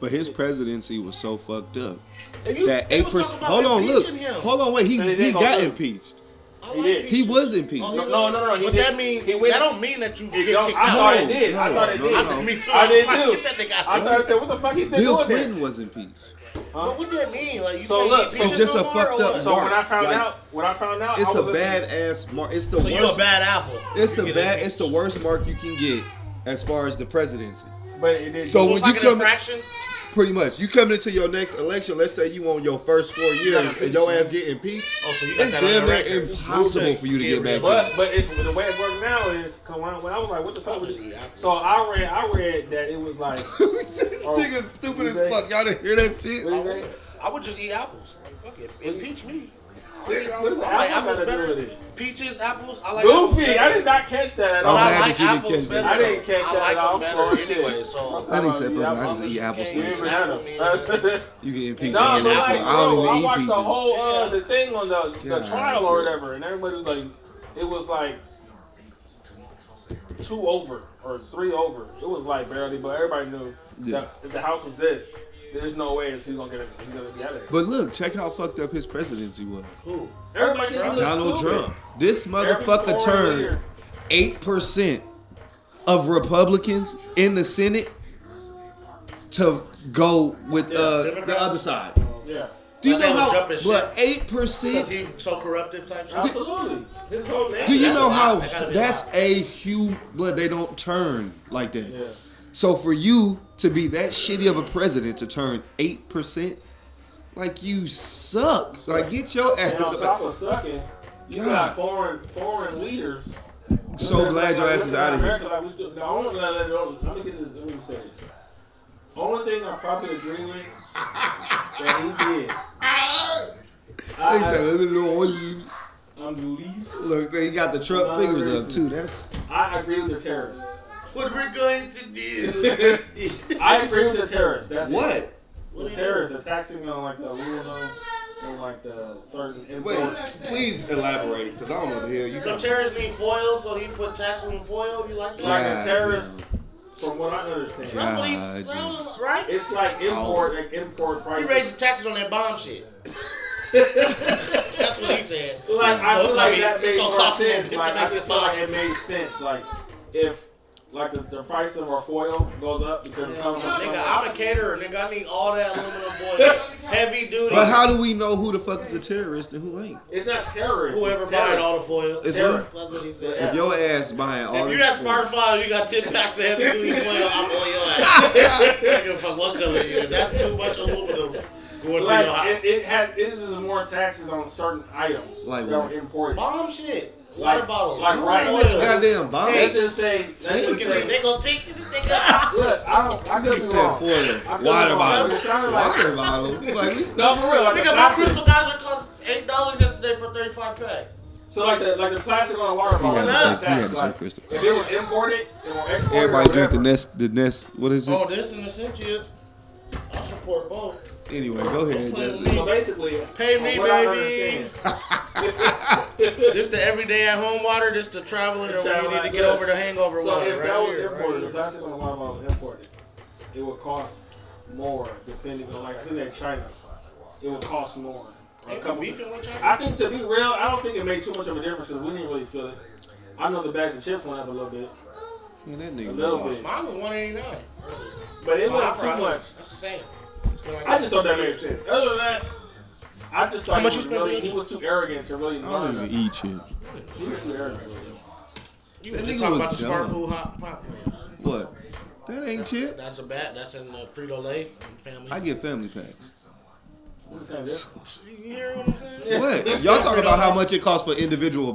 But his presidency was so fucked up If you, that they eight was percent. talking about Hold on, look. impeaching him. Hold on, wait. He And it he didn't go got through. impeached. I He like did. He Beatrice. was Oh, impeached. he No, was. no, no, no, he But did- that mean he went- that don't mean that you It get don't- kicked I out. thought it No, did. I no, thought it no, did. no. I, me too. I was did like, too. Get that nigga out. I thought I said, what the fuck he still Bill doing Clinton there? was impeached. Huh? But what that mean? Like you So can't look, eat so- bitches Just a no more fucked or up what? So when I Mark, found like- out, when I found out, It's I a was listening. bad ass mark. It's the So you a worst. bad apple. It's the You bad. get It's the worst mark you can get as far as the presidency. But it did. So So when it's you like an come- infraction. Pretty much, you coming into your next election. Let's say you on your first four years and your ass get impeached. Oh, so you got It's that on your damn near record. impossible for you to get back. in. but but it's the way it works now is 'cause when I, when I was like, what the fuck was this? So I read I read that it was like, what [laughs] this Oh, nigga stupid you as say- fuck. Y'all didn't hear that shit? do you I say? would- I would just eat apples. Like, fuck it. Impeach me. What does the I like apple apples gotta do better. with it? Peaches, apples. I like apples Goofy, better. I did not catch that at But I'm all. I glad like that you didn't apples catch better. that. I didn't catch I that like at all. them Sorry, better anyway. shit. So I didn't say fucking. I apples just eat and apples. You candy. ain't [laughs] man. banana. You get impeached. No, and but that's like, why I bro, don't I even eat watched peaches. the whole uh, Yeah. the thing on the, the E God, trial or dude. whatever, and everybody was like, it was like two over or three over. It was like barely, but everybody knew Yeah. that if the house was this, there's no way he's gonna get it. He's gonna be out of it. But look, check how fucked up his presidency was. Who? Everybody Trump. knew he was Donald stupid. Trump. This Every motherfucker foreign turned leader. eight percent of Republicans in the Senate to go with uh, the Democrats? other side. Yeah, Do you That know man was how? jumping But shit. eight Because percent. he so corruptive type shit. absolutely. His whole name. Do you That's a know lot. how? That gotta be a That's lot. a huge blood. They don't turn like that. Yeah. So for you to be that shitty of a president to turn eight percent, like you suck. Like get your And ass. on top Up. of sucking, you God. got foreign foreign leaders. So glad your ass is out of here. America, like, we still- the only thing I let it over- let me get this- let me just say this. Only thing I probably agree with that he did. They said, I, "Let me know all you-" I'm the least. Look, they got the Trump figures up too. That's I agree with the terrorists. What we're going to [laughs] do. I agree with the terrorists. That's it. what. The terrorists attacking on like the Luna and like the certain. Wait, please elaborate, cause I don't know what the hell you. The Talking. terrorist need foil, so he put tax on foil. You like that? Like God a terrorist, damn. from what I understand. Yeah. That's what he's God, sounding like, right? It's like import and import He prices. raised the taxes on that bomb shit. [laughs] That's what he said. Like I So feel it's like gonna that be- made it's gonna more cost him sense. to Like I make just this feel like it box. made sense. Like if like the, the price of our foil goes up because it's coming from Nigga, somewhere. I'm a caterer. Nigga, I need all that aluminum foil. Heavy duty. But how do we know who the fuck is a terrorist and who ain't? It's not terrorist. Whoever it's buying terror. all the foil. It's That's right. what he said. If your ass buying all If you got this smart file, you got 10 packs of heavy duty foil, I'm on your ass. [laughs] I don't give a fuck what color it is. That's too much aluminum going to your Like house. it, it has. It is more taxes on certain items Like that what? were imported. Bomb shit. Water Like- bottles. like right. Oil. Let's goddamn bomb. just say. Let's Look at this. just say. They gonna think this nigga. Look, I don't. I He could be said wrong. foil. I could be Water wrong. bottle. It sounded like- Water bottle. Like, we- No, for real. Like the Nigga, my plastic. crystal geyser cost eight dollars yesterday for a thirty-five pack. So like the like the plastic on a water We bottle. had gotta to it's say- not take- we taxed. gotta say Like, crystal. if it was imported, it was exported. or Everybody drink the whatever. nest. The nest. What is Oh, it? this and Essentia. I support both. Anyway, go ahead. Don't Justin. So basically, Pay me, what I baby. [laughs] understand- This the everyday at home water. This the traveling or when you need to get over the hangover So water. if that Right was here, imported, the right here. plastic on the water bottle was imported, it would cost more depending on like I think in China, it would cost more. Ain't no beefing with y'all? I think to be real, I don't think it made too much of a difference because we didn't really feel it. I know the bags of chips went up a little bit, [laughs] Man, that a nigga. little wild. bit, Mine was one eighty nine. but it wasn't too much. That's the same. I just thought that made sense. Other than that, I just How thought much you he was, spent Oh, really, for he each? was too arrogant to really I don't even learn. eat shit. He was too arrogant. You That were nigga just talking was about the smart dumb. food hot pop. rings. What? That ain't shit. That's a bat. That's in the Frito Lay family. I get family packs. This is kinda different. You hear what I'm saying? What? Y'all talking about how much it costs for individual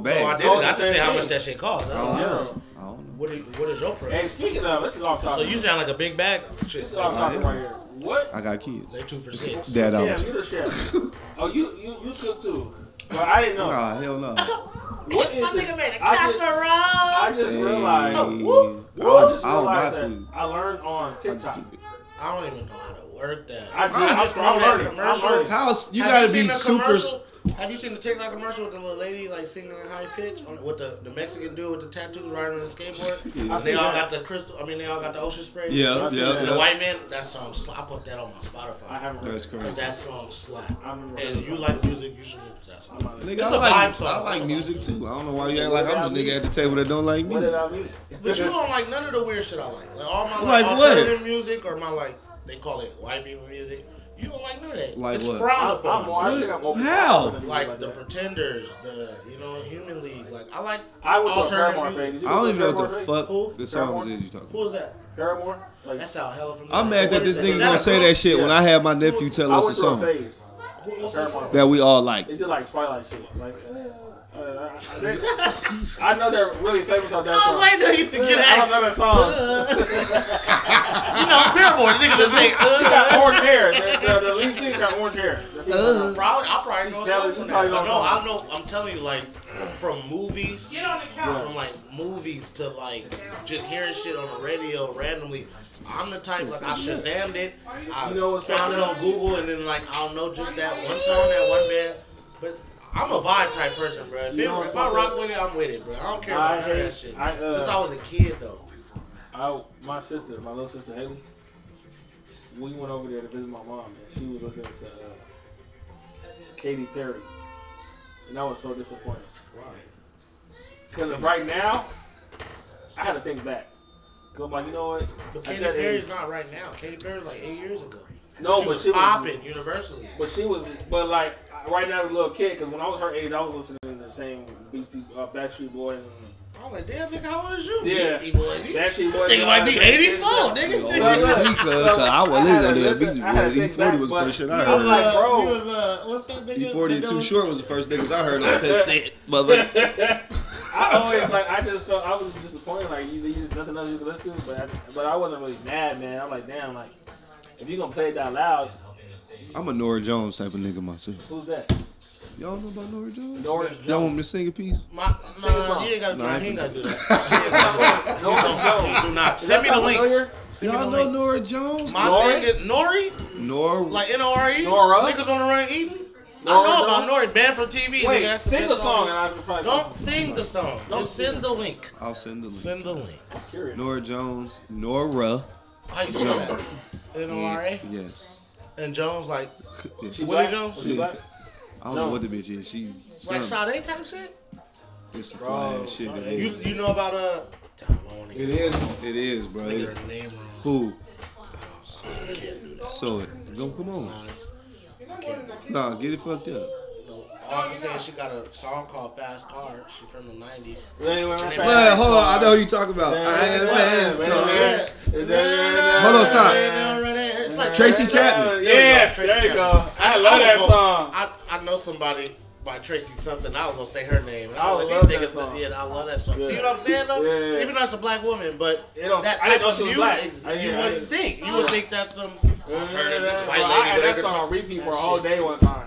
No, I bags? didn't. I just say how much that shit costs. I I don't know. don't know. I don't know. What is, what is your Hey, price? speaking of, this is off So topic. you sound like a big bag. Shit, this is off topic right here. What? I got kids. they two for six. Dad Damn, hours. you the [laughs] chef. Oh, you you you cook too. But I didn't know. Nah, Oh, hell no. What is My this? nigga made a I just- casserole. I just Hey, realized. Oh, whoop, I I don't just I don't buy realized that food. I learned on I just TikTok. keep it. I don't even know how to work that. I do. I I'm, just know I'm that learning. I'm commercial. learning. House, you Have gotta seen be the super. commercial? Have you seen the TikTok commercial with the little lady like singing in high pitch on- with the, the Mexican dude with the tattoos riding on the skateboard? [laughs] Yeah. And they seen all that. got the crystal. I mean, they all got the ocean spray. Yeah, yeah, I've seen that. And the yeah. white man. That song. sla- I put that on my I Spotify. haven't heard. That's it. crazy. That song slap. I remember And that you song. like music, you should listen to that I'm song. out of Nigga, It's I a like, vibe song. I like It's a music vibe too. I don't know why you act like I'm the nigga at the table that don't like What did music. I mean? But you don't like none of the weird shit I like. Like all my Like like, what? alternative music or my like they call it white people music. You don't like none of that. Like it's [laughs] what? I'm, frowned I'm, more- upon. I think I'm open How? to like like the that. Pretenders, the you know Human League. Like I like I would go alternative Paramore music. phase. I don't even know what the Who? fuck the songs Paramore? is you talking about. Who is that? Paramore? Like, That sound hell from. I'm mad that What is this nigga Is gonna a say group? that shit when I had my nephew tell I us a went through a song phase. Who, what's that song? that we all like. It did like Twilight shit. Like, [laughs] uh, uh, I- [laughs] they- I know they're really famous on that song. I was like, you can get I don't out. know that song. [laughs] You know, Paramore. Niggas just say. She got Uh, orange hair. The, the, the lead singer got orange hair. Uh-huh. Uh. probably, I probably know a Yeah, song you from probably that. know But a no, song. I know. I'm telling you, like from movies. Get on the couch. from like movies to like just hearing shit on the radio randomly. I'm the type like I Shazammed it, I You know what's found it funny? on Google, and then like I'll know just that one song, that one band. But I'm a vibe type person, bro. If, it, You know if what's I rock funny? with it, I'm with it, bro. I don't care I about none of hate- that shit. I, uh, Since I was a kid though, I, my sister, my little sister Haley, we went over there to visit my mom, and she was listening to uh, Katy Perry, and I was so disappointed. Because right now, I had to think back. Because I'm like, you know what? but At Katy that Perry's age- not right now. Katy Perry's like eight years ago. no, she but was she was popping universally. But she was, but like right now, as a little kid, because when I was her age, I was listening to the same Beasties, uh, Backstreet Boys, and I was like, damn, nigga, how old is you? Yeah. Beastie Boys. You- Backstreet Boys. Nigga might be uh, 84, Oh, nigga. Shit, So, look, yeah, because uh, I I was had to listening to that listen- Beach I had to Boy. E think back, forty was the but first shit I I You was, heard. like, bro. you was, uh, what's that nigga? E forty and That Too was- Short was the first niggas I heard on cassette, motherfucker. [laughs] I always like I just felt I was disappointed like you, there's nothing else you could listen to but I, but I wasn't really mad man I'm like damn like if you gonna play it that loud I'm a Nora Jones type of nigga myself. who's that Y'all know about Nora Jones? Nora Y'all want me to sing a piece? My, Sing a nah, song. you ain't gotta do Nah, I that. He ain't can- gotta do that. No, no, no. no, do not. Send me the link. Send me the Y'all know link. Nora Jones? My Norris? thing is Nori, Nora. like N O R E. Nora? Niggas on the run eating. Nora I know about Jones? Nori, banned from TV. nigga, Wait, that's sing that's a song and I can find Don't something. sing the song. Just sing send the link. I'll send the link. Send the link. I'm curious. Nora Jones. Nora. How you spell that? N O R A. Yes. And Jones like Yeah. She Willie black? Jones. Was she black? I don't know No. what the bitch is. She Like something. Sade type shit? It's some Bro, fly ass shit. Sade. That You is. you know about uh Damn, I wanna It get is. It is, bro. I wanna get It, her name wrong. who? I can't do that. So it. Go, come on. Nah, it's- You're not going to that kid. Nah, get it fucked up. no. All I'm saying she got a song called Fast Car. She from the nineties. Man, hold on. I know who you talking about. I had fast car. Hold on, stop. It's like Tracy Chapman. Yes, there you go. I love that was gonna- song. I, I know somebody by Tracy something. I was gonna say her name, and I was I like, love these that niggas. song. Yeah, I love that song. Yeah. See what I'm saying though? Yeah. Even though it's a black woman, but It don't- that I didn't type know of she was music, black. ex- I didn't- you I wouldn't didn't- think. You Yeah. would think that's some alternative this Bro, white lady. I had that whatever song on type- repeat for a That whole shit's- day one time.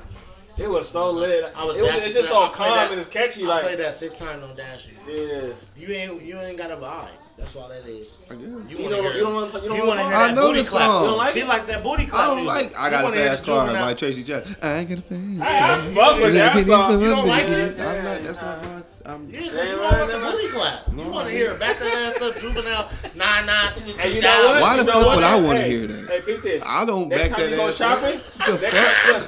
It was so lit. I was it was, dancing it's just to that. so I played calm that- and it's catchy. I played Like, that six times on Dash. yeah. You ain't you ain't got a vibe. That's all that is. I guess. You, You wanna don't, hear- you don't want to you you don't wanna want hear to that I know booty the clap. song. You don't like He it? like that booty clap. I don't music. like. I You got wanna a hear fast the car juvenile- by Tracy Chapman. I got a fast I, I car. fuck with that song. You don't like it? I'm not. That's not my. I'm. Yeah, 'cause you don't want the booty clap. You No. want to hear it. back that ass up, juvenile, nine nine to the And two you know what? thousand. Why You the know fuck what? would I wanna Hey, hear that? Hey, peep this. I don't Next back time that you go ass. up. shopping, The next time- fuck? look, next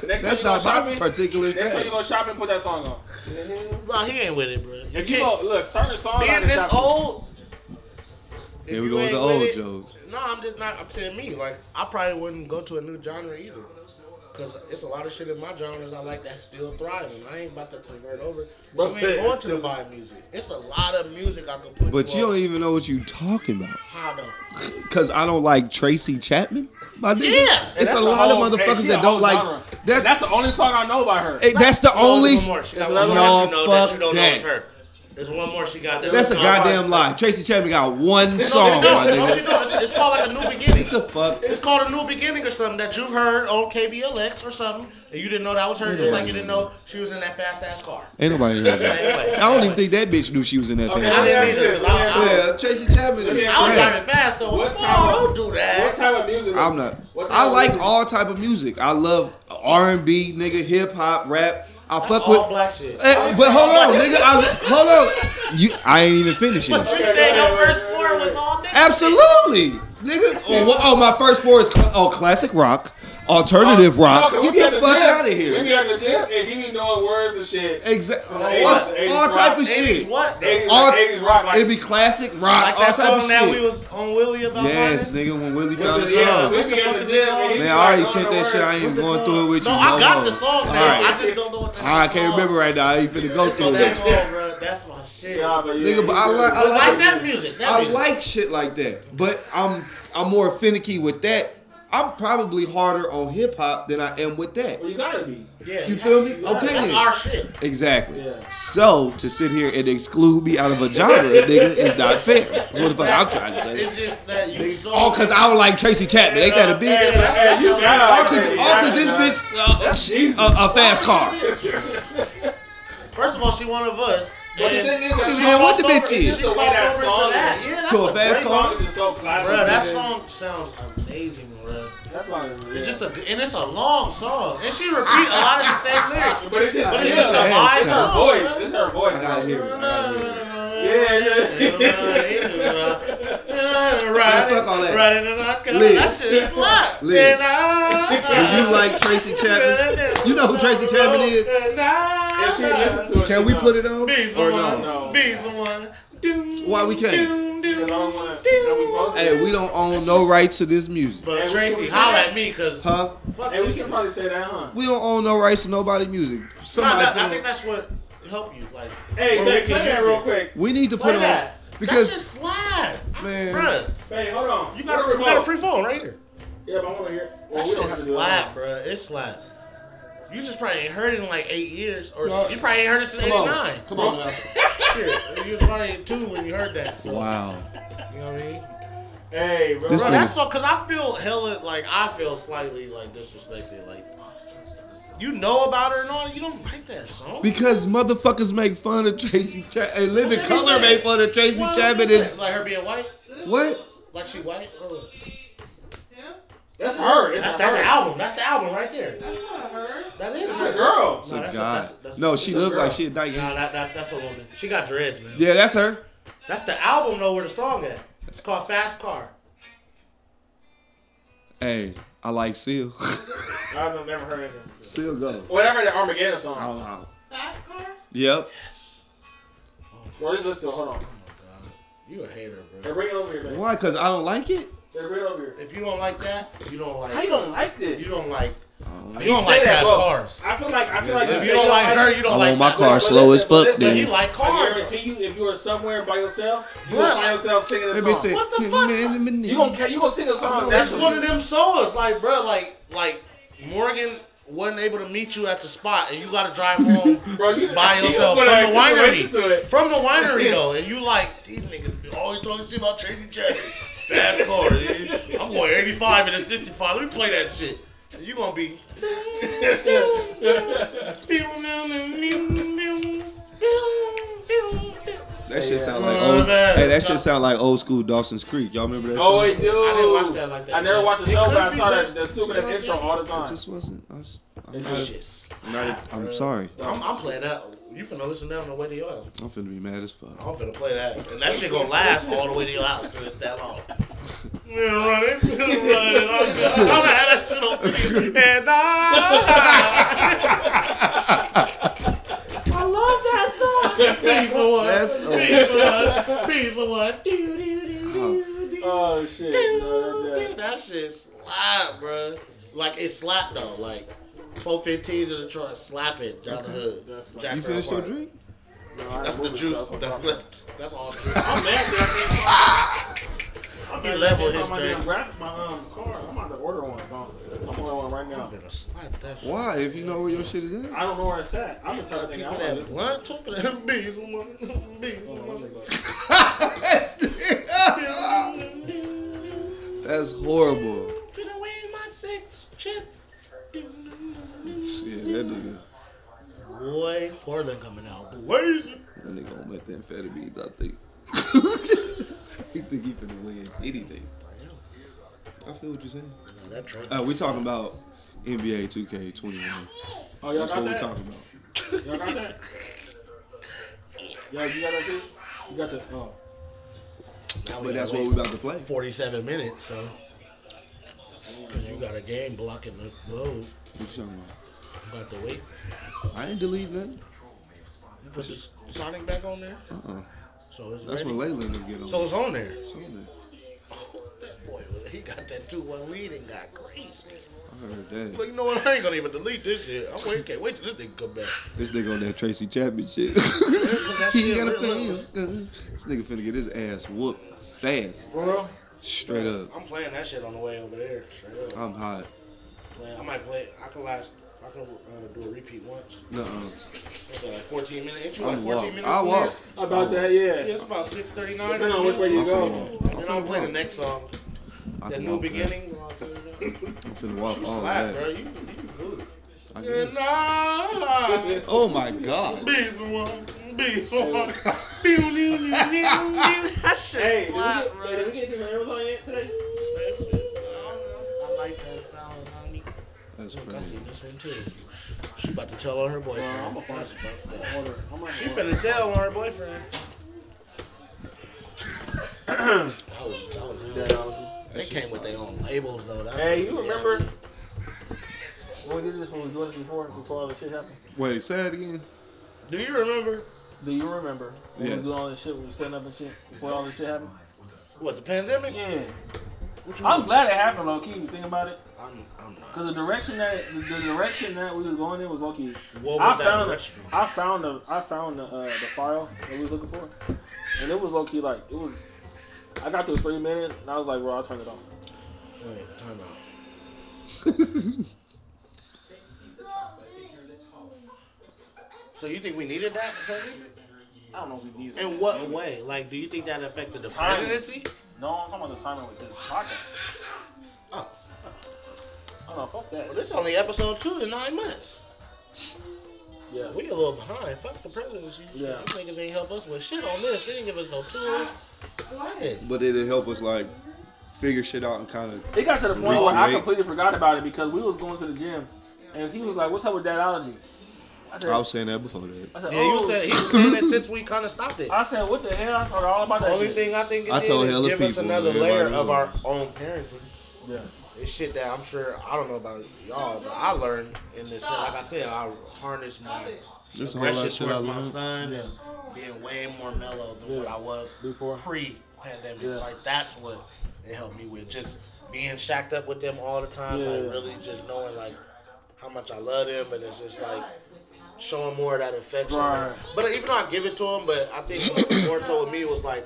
That's time not you go my shopping, particular Next time you thing. go shopping, put that song on. Nah, he ain't with it, bro. You If you go, can't- look, certain songs. Being like this shopping- old. if Here we you go with ain't the old it- jokes. No, I'm just not. I'm saying me. Like I probably wouldn't go to a new genre either, because it's a lot of shit in my genres I like that's still thriving. I ain't about to convert over. Bro, you say ain't going it's to the vibe music. It's a lot of music I could put. But to you don't e- a- even know what you talking about. How though? Cause I don't like Tracy Chapman. My nigga. Yeah. And It's that's a lot of whole- hey, motherfuckers she a that whole don't like. genre. That's That's the only song I know by her. hey, that's the No, only. it's one more. She got It's another one more that you know that one. No, you don't fuck know is that. her. There's one more she got. that That's a was called- goddamn lie. Tracy Chapman got one No, she song, my don't. No, she nigga. don't. It's, it's called like a new beginning. What the fuck? It's called a new beginning or something that you've heard on KBLX or something, and you didn't know that was her. Just like you didn't know she was in that fast ass car. Ain't nobody heard Same that. way. I don't even think that bitch knew she was in that Okay, thing. I didn't either. 'cause I, I, Yeah, Tracy Chapman is I was trash. driving fast though. What What time- don't do What that. type of music? I'm not. What type I of like music? all type of music. I love R&B, nigga, hip hop, rap. I fuck All with. black shit. Eh, but hold on, nigga. I, hold on. You, I ain't even finished But yet. you said your first four was all niggas. Absolutely, nigga. Oh, wha- oh, my first four is cl- oh classic rock, alternative Oh, rock. Okay, we Get the at fuck gym. out of We here. be at the gym and he be doing words and shit. Exactly. Hey, oh, All, hey, all hey, type of hey, 80s shit. what? though? 80s, All- like, 80s rock. Like, It'd be classic rock, Like all that type of song that shit. we was on Willie about. yes, finding? nigga, when Willie Which found the is, yeah, song. we what be the at fuck the is gym. it called? and he be Man, I already like, sent that doing shit. I words. ain't What's it even going through it called? with No, you. I got more. the song All now. right. I just don't know what that. Ah, I shit's can't called. remember right now. I ain't finna go So through that's it. all, bro. That's my shit. Nah, but yeah, Nigga, but he I good. like, I I like, like, that music. That I music. like shit like that. But I'm, I'm more finicky with that. I'm probably harder on hip hop than I am with that. Well, you gotta be. Yeah, You feel me? that's- Okay. That's our shit. Exactly. Yeah. So to sit here and exclude me out of a genre, nigga, is not fair. That's what the fuck I'm trying to say. It's just that you so. All cause I don't like Tracy Chapman. Ain't that a bitch? Hey, that's- hey, that's you how- gotta All like cause, that. You all cause gotta this like bitch, uh, she, a, a fast car. First of all, she one of us. But the and thing is, she that's Man, what the crossed bitch over- is? She The way crossed that over song to that. Yeah, that's To a a fast great car? song. song is so classic. Bro, that nigga. song sounds amazing, bro. That song is. It's yeah. just a good- and it's a long song, and she repeat a lot of the same [laughs] lyrics. But it's just. But it's it's just just her a vibe Yeah. song, voice. bro. It's her voice. I gotta man. hear it. I gotta hear it. Yeah, Fuck all that. Liz. That's just slap. Liz. If you like Tracy Chapman, you know who Tracy Chapman is. If she listen to it, Can she we know. put it on Be or someone. no? No. Be someone. Doom, Why we can't? doom, doom, Because I don't wanna- doom. that we both- Hey, we don't own no rights to this music, But Hey, we- Tracy, we- holla at me, cause huh? fuck Hey, we this should shit. probably say that, huh? We don't own no rights to nobody music. No, Somebody, no, I put think on- that's what help you. Like, Hey, where Zach, we play can that use real it. quick. we need to Play put it on that. because that's just slide, Man. Bruh, Hey, hold on. you got a, Where you got a remote? free phone right here. Yeah, but I want to hear. Well, That we don't shit have to do slap, that. bruh. It's slap. You just probably ain't heard it in like eight years, or No. you probably ain't heard it since come '89. on, come on now. Shit, you was probably two when you heard that. So, Wow, You know what I mean? Hey, bro. This Bro, nigga- that's all because I feel hella like I feel slightly like disrespected. Like you know about her and all, you don't like that song. because motherfuckers make fun of Tracy Chapman. and Living What did he Color say? made fun of Tracy Well, Chapman. what's that? And, like her being white, what? like she white. Or what? Yeah? that's her. It's That's, her. that's the album. That's the album right there. That's not her. That is It's a her. girl. So that's a- God, that's a- that's a- no, that's she a looked girl. like she a dyke. Nah, that, that's that's a woman. She got dreads, man. Yeah, that's her. That's the album though, where the song at. It's called Fast Car. Hey, I like Seal. [laughs] I've never heard of him. Still go. Well, I heard that Armageddon Ow, song. ow. Fast car? Yep. Bro, just listen to it. Hold on. Oh my god. You a hater, Hey, bro. bring it over here, man. Why? Cause I don't like it. Hey, bring it over here. If you don't like that, you don't like How you don't like you this? don't like I don't you like He don't said like that, fast bro. cars. I feel like I feel Yeah, like yeah. if If you don't like her, you I don't want like my that. car Listen, slow listen, as fuck, listen. But He then. like I cars. guarantee you, if you were somewhere by yourself, you Yeah. would find yourself singing a Let song. me see. What the Him fuck? and him and You him. gonna ca- you gonna sing a song? That's naturally. one of them songs, like bro, like like Morgan wasn't able to meet you at the spot, and you got to drive home [laughs] Bro, you by you yourself put from an the winery. exclamation To it. [laughs] from the winery though, and you like these niggas be always talking shit about Tracy Chaddy. Fast car, dude. I'm going 85 and a 65. Let me play that shit. And you gonna [laughs] be. [laughs] That shit sound like Yeah. old. Man. Hey, that shit sound like old school Dawson's Creek. Y'all remember that? oh, show? it do. I didn't watch that like that. I never watched the It show, could but I be, saw but- that, that stupid you know what I'm intro saying? all the I [laughs] time. just wasn't. I was, I'm, It's not, just- Shits. I'm not- I'm sorry. I'm, I'm playing that. You finna listen to that on the way to your house. I'm finna be mad as fuck. I'm finna play that. And that shit gonna last all the way to your house because it's that long. We're running, we're running. I'm [laughs] gonna I'm gonna have that shit on video. And I. I love that [laughs] song. Be someone. That's- Be someone. Be someone. Do, do, do, do, do. Oh shit. No, that's Dude, bad. That shit slap, bro. Like it slapped though. Like 415s in the truck slapping down the hood. That's right. [laughs] Jack You Rabbit finished your Park. drink? No, I That's ain't the moving juice. stuff. That's I'm left. That's all. Juice. mad [laughs] that I can't find- He leveled his I can't drink. find My, damn graphic- my um, car. I'm about to order one. bro. I'm ordering one right now. I'm gonna slap that. shit. Why? If you know where your shit is [laughs] at. I don't know where it's at. I'm just Got a telling piece you. of I'm that like, blunt. Talking to them bees, woman. Bees, woman. That's horrible. [laughs] Finna win my six chip. Shit, that nigga, Boy, Portland coming out. Boys. that nigga on methamphetamines. I [laughs] think. he think he finna win anything. I feel what you're saying. That train. Uh, we talking about NBA 2K21. oh, y'all That's got what we that? talking about. Y'all got that? Yo, you got that too? You got the. Oh. Now we But gotta that's what wait we about to play. 47 minutes, so. Because you got a game blocking the load. What you talking You got to wait. about? I ain't delete nothing. You put the Sonic back on there, Uh-uh. so it's That's ready. what Layla them get on. so it's on there. [laughs] It's on there. Oh, that boy, he got that 2 1 lead and got crazy. I heard that. But you know what? [laughs] I ain't gonna even delete this shit. I'm wait, can't wait till this nigga come back. This nigga on that Tracy Chapman shit. [laughs] that he shit gotta real. pay him. This nigga finna get his ass whooped fast. For real? Straight up. I'm playing that shit on the way over there. Straight up. I'm hot. Playing, I might play. I can last. I can uh, do a repeat once. Nuh-uh. What's that, like 14 minutes? Ain't you like I'm 14 walk. minutes? I from walk. there? About that, Yeah, yeah. it's about 6:39. Depending on which way you I'm go. finna walk. And I'll play the next song. I That can new walk, man. beginning. [laughs] I'm finna walk You all slap, bro. that. You, you good. I And can- I Oh my god. be someone, be someone. [laughs] Pew, pew, pew, [laughs] pew, pew. That Hey, shit did we slap, get, bro. hey, did we get to Amazon yet today? That shit slap. I like that sound, homie. That's Look, I crazy. seen this one too. She about to tell on her boyfriend. Nah, I'ma find That's fucked up. Order. I'm not She finna tell on her [clears throat] boyfriend. That was, that was good. They came with their own labels though. That Hey, you remember when we did this when we doing this before, before all this shit happened? Wait, say it again. [laughs] Do you remember Do you remember when we Yes. were doing all this shit, when we were setting up and shit, before all this shit happened? what the pandemic? Yeah. What you I'm mean? glad it happened, low key. Think about it, I'm, I'm not. cause the direction that the, the direction that we was going in was low key. What was I that found, direction? I found the I found the uh, the file that we was looking for, and it was low key like it was. I got through three minutes and I was like, "Bro, I'll turn it off." Wait, time out. So you think we needed that pandemic? I don't know if we need it. In what way? Like, do you think that affected the Time. presidency? No, I'm talking about the timing with this podcast. Oh, Oh no, fuck that. well, this is only episode two in nine months. Yeah. We a little behind. Fuck the presidency. Yeah. These niggas ain't help us with shit on this. They didn't give us no tools. Why? Nothing. But it'll help us like figure shit out and kind of It got to the point Wait, where I wait. completely forgot about it because we was going to the gym, and he was like, "What's up with that allergy?" I said, I was saying that before that. I said, Yeah, you "Oh." said he was saying that since we kind of stopped it. I said, "What the hell?" I forgot all about that. Only shit. thing I think it I did told is hella give us people, another everybody layer of knows. our own parenting. Yeah. It It's shit that I'm sure I don't know about y'all, but I learned in this. Like I said, I harnessed Stop my it. There's a whole lot aggression of shit I towards my learned. son and being way more mellow than what I was Before. pre-pandemic. Yeah. Like that's what it helped me with. Just being shacked up with them all the time. Yeah. Like really just knowing like how much I love them, and it's just like showing more of that affection. Right. But even though I give it to them, but I think more so with me was like.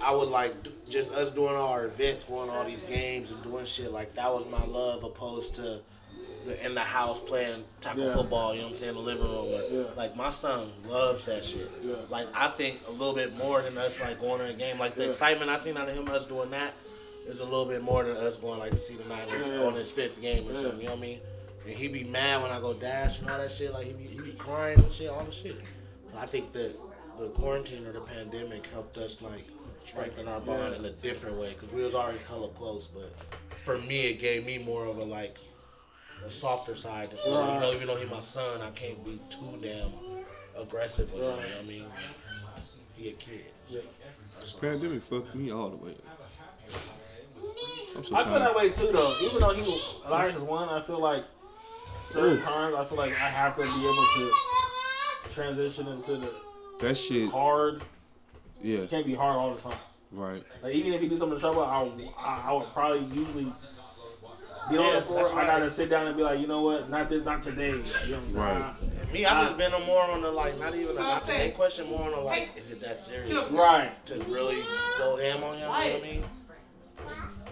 I would like d- just us doing all our events, going all these games and doing shit like that was my love, opposed to the, in the house playing tackle Yeah. football. You know what I'm saying? The living room. Like, Yeah. like my son loves that shit. Yeah. Like I think a little bit more than us like going to a game. Like the Yeah. excitement I seen out of him us doing that is a little bit more than us going like to see the Niners Yeah. on his fifth game or Yeah. something. You know what I mean? And he be mad when I go dash and all that shit. Like he be, he be crying and shit, all the shit. I think that the quarantine or the pandemic helped us like strengthen our bond in a different way because we was always hella close. But for me, it gave me more of a like a softer side. To say, you know, even though he's my son, I can't be too damn aggressive with him. You know what I mean? He a kid. This pandemic fucked me all the way. up. I'm so I feel that tired. way too, though. Even though he was Elias is one, I feel like certain times I feel like I have to be able to transition into the That shit. hard. Yeah. It can't be hard all the time. Right. Like even if he do something trouble, I, I I would probably usually be on Yeah, the floor. that's I right. gotta sit down and be like, you know what? Not this, not today. Like, you know what I'm Right. saying? And me, I just been on more on the like, not even a not today Hey. question, more on the like, Hey. is it that serious? Get up. Right. to really go ham on y'all. You know what I mean?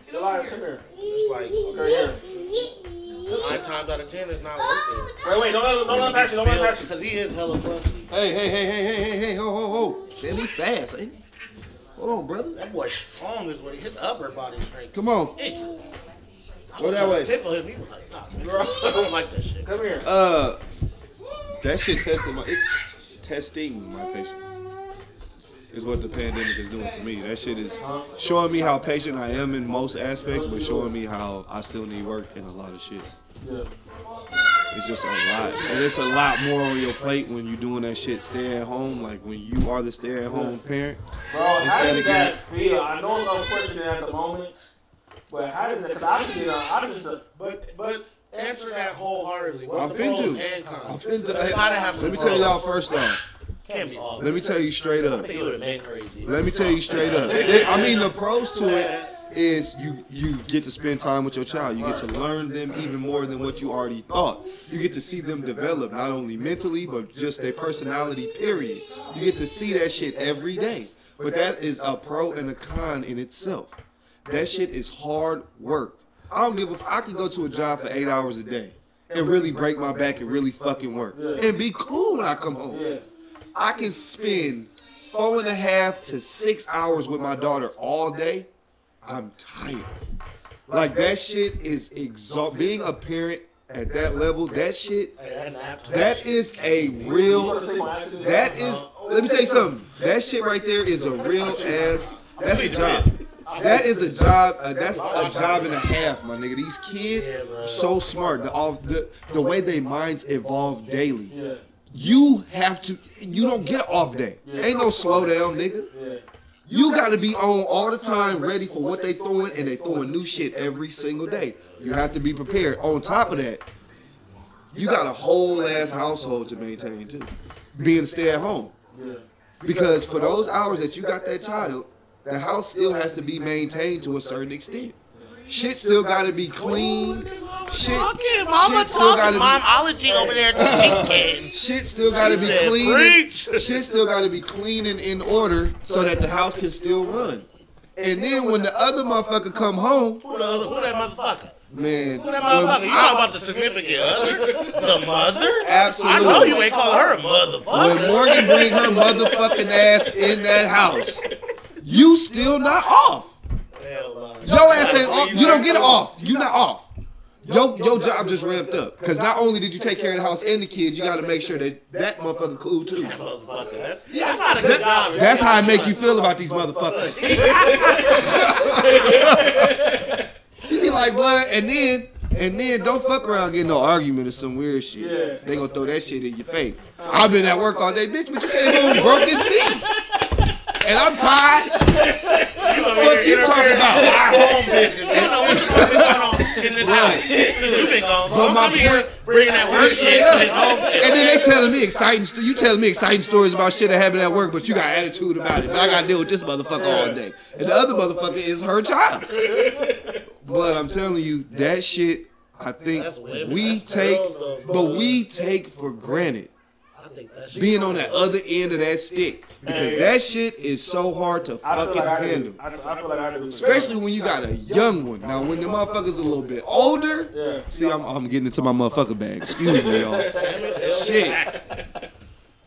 Get over Elias, come here. here. It's like nine times out of ten, it's not worth Oh. it. Wait, wait, don't let him, don't let him pass you. Don't let him pass you. Because he is hella clumsy. Hey, hey, hey, hey, hey, hey, hey, ho, ho, ho. Damn, we fast, ain't we? Hold on, brother. That boy strong is what he, his upper body strength. Come on. Hey, I Go was that trying to way. Tickle him. He was like, nah, man, I don't like that shit. Come here. Uh, that shit tested my. It's testing my patience. Is what the pandemic is doing for me. That shit is showing me how patient I am in most aspects, but showing me how I still need work in a lot of shit. Yeah. It's just a lot. And it's a lot more on your plate when you're doing that shit stay at home. Like when you are the stay at home parent. Bro, how Instead does of that feel? I know I'm unfortunate at the moment, but how does that? Cause I just, you know, I just, uh, But, but answer that wholeheartedly. What's I'm the pros finna. and I'm cons? finna. It's gotta have Let some me tell y'all pros. first off. Can't be all. Let me tell you straight I up. think it would have been crazy. Let me tell you straight up. I mean, the pros to it is you you get to spend time with your child. You get to learn them even more than what you already thought. You get to see them develop not only mentally but just their personality. Period. You get to see that shit every day. But that is a pro and a con in itself. That shit is hard work. I don't give a. f- I could go to a job for eight hours a day and really break my back and really fucking work and be cool when I come home. yeah. I can spend four and a half to six hours with my daughter all day. I'm tired. Like that shit is exhaust. Being a parent at that level, that shit, Hey, that nap time that shit. is a real. That is. Let me tell you something. That shit right there is a real ass. That's a job. That is a job. Uh, that's a job and a half, my nigga. These kids, so smart. The, all, the the way they minds evolve daily Yeah, you have to you don't get an off day. Ain't no slow down, nigga. yeah. You gotta be on all the time ready for what they throwing and they throwing new shit every single day. You have to be prepared. On top of that, you got a whole ass household to maintain too. Being stay at home. Yeah. Because for those hours that you got that child, the house still has to be maintained to a certain extent. Shit still gotta be clean. Shit, Okay, mama Shit still talking gotta be- momology over there speaking. shit still gotta be said, clean. "Preach." shit still got to be clean and in order so that the house can still run. And then when the other motherfucker come home, Who, the other, who that motherfucker? man, Who that when motherfucker? You I- talk about the significant other? The mother? I absolutely. know you ain't calling her a When motherfucker. Morgan bring her motherfucking ass in that house, you still not off. Hell no. Your ass ain't off. You don't get off. You not off. Your, your job just ramped up. Because not only did you take care of the house and the kids, you got to make sure that that motherfucker cool too. That motherfucker. That's, Yes, that's not a good that- job. That's how I make you feel about these [laughs] motherfuckers. [laughs] you be like, blood, and then and then don't fuck around getting no argument or some weird shit. Yeah. They gonna throw that shit in your face. I've been at work all day, bitch, but you came home broke as me. and I'm tired. You over What here you talking interfering about? with Our home business. I know what's going on in this Right. house since you've been gone. So, So I'm my coming here bringing that work shit to his home shit. And then they telling me exciting. St- you telling me exciting stories about shit that happened at work, but you got attitude about it. But I got to deal with this motherfucker all day, and the other motherfucker is her child. But I'm telling you, that shit. I think That's women. we That's take, girls, though. but we take for granted I think that shit. being on that other end of that stick because that shit is so hard to I feel fucking like I handle. do. I, I feel like I do. Especially when you got a young one. Now, when the motherfucker's a little bit older, Yeah. [laughs] see, I'm, I'm getting into my motherfucker bag. Excuse me, y'all. Shit.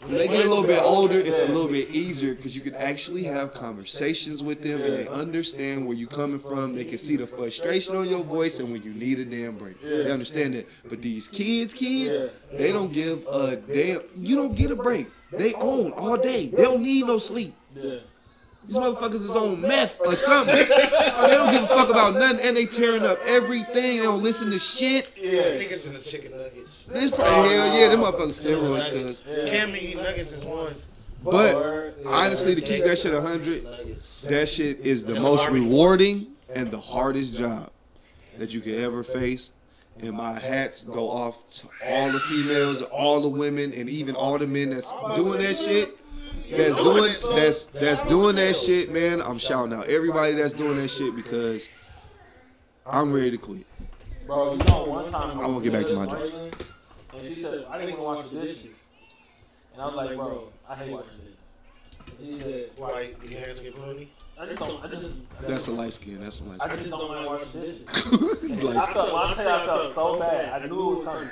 When they get a little bit older, it's a little bit easier because you can actually have conversations with them and they understand where you're coming from. They can see the frustration on your voice and when you need a damn break. They understand that. But these kids, kids, they don't give a damn. You don't get a break. They own all day. They don't need no sleep. Yeah. These motherfuckers is on meth or something. Oh, they don't give a fuck about nothing, and they tearing up everything. They don't listen to shit. I Yeah. think it's in the chicken nuggets. This probably hell yeah, them motherfuckers steroids, cuz. Yeah. Can be eating nuggets is one. But Word. honestly, to keep that shit hundred, Nuggets. that shit is the most rewarding and the hardest job that you could ever face. And my hats go off to all the females, all the women, and even all the men that's doing that shit. That's doing that's that's doing that shit, man. I'm shouting out everybody that's doing that shit because I'm ready to quit. Bro, you know, one time I won't get back to my job. And she said, I didn't even wash the dishes. And I was like, bro, I hate washing the dishes. She said, Why your hands get bloody? I just don't, I just, I That's just, a light skin. That's a light I just don't mind washing the dishes. skin. [laughs] I light skin. felt, when I tell you, I felt so bad. I knew it was coming.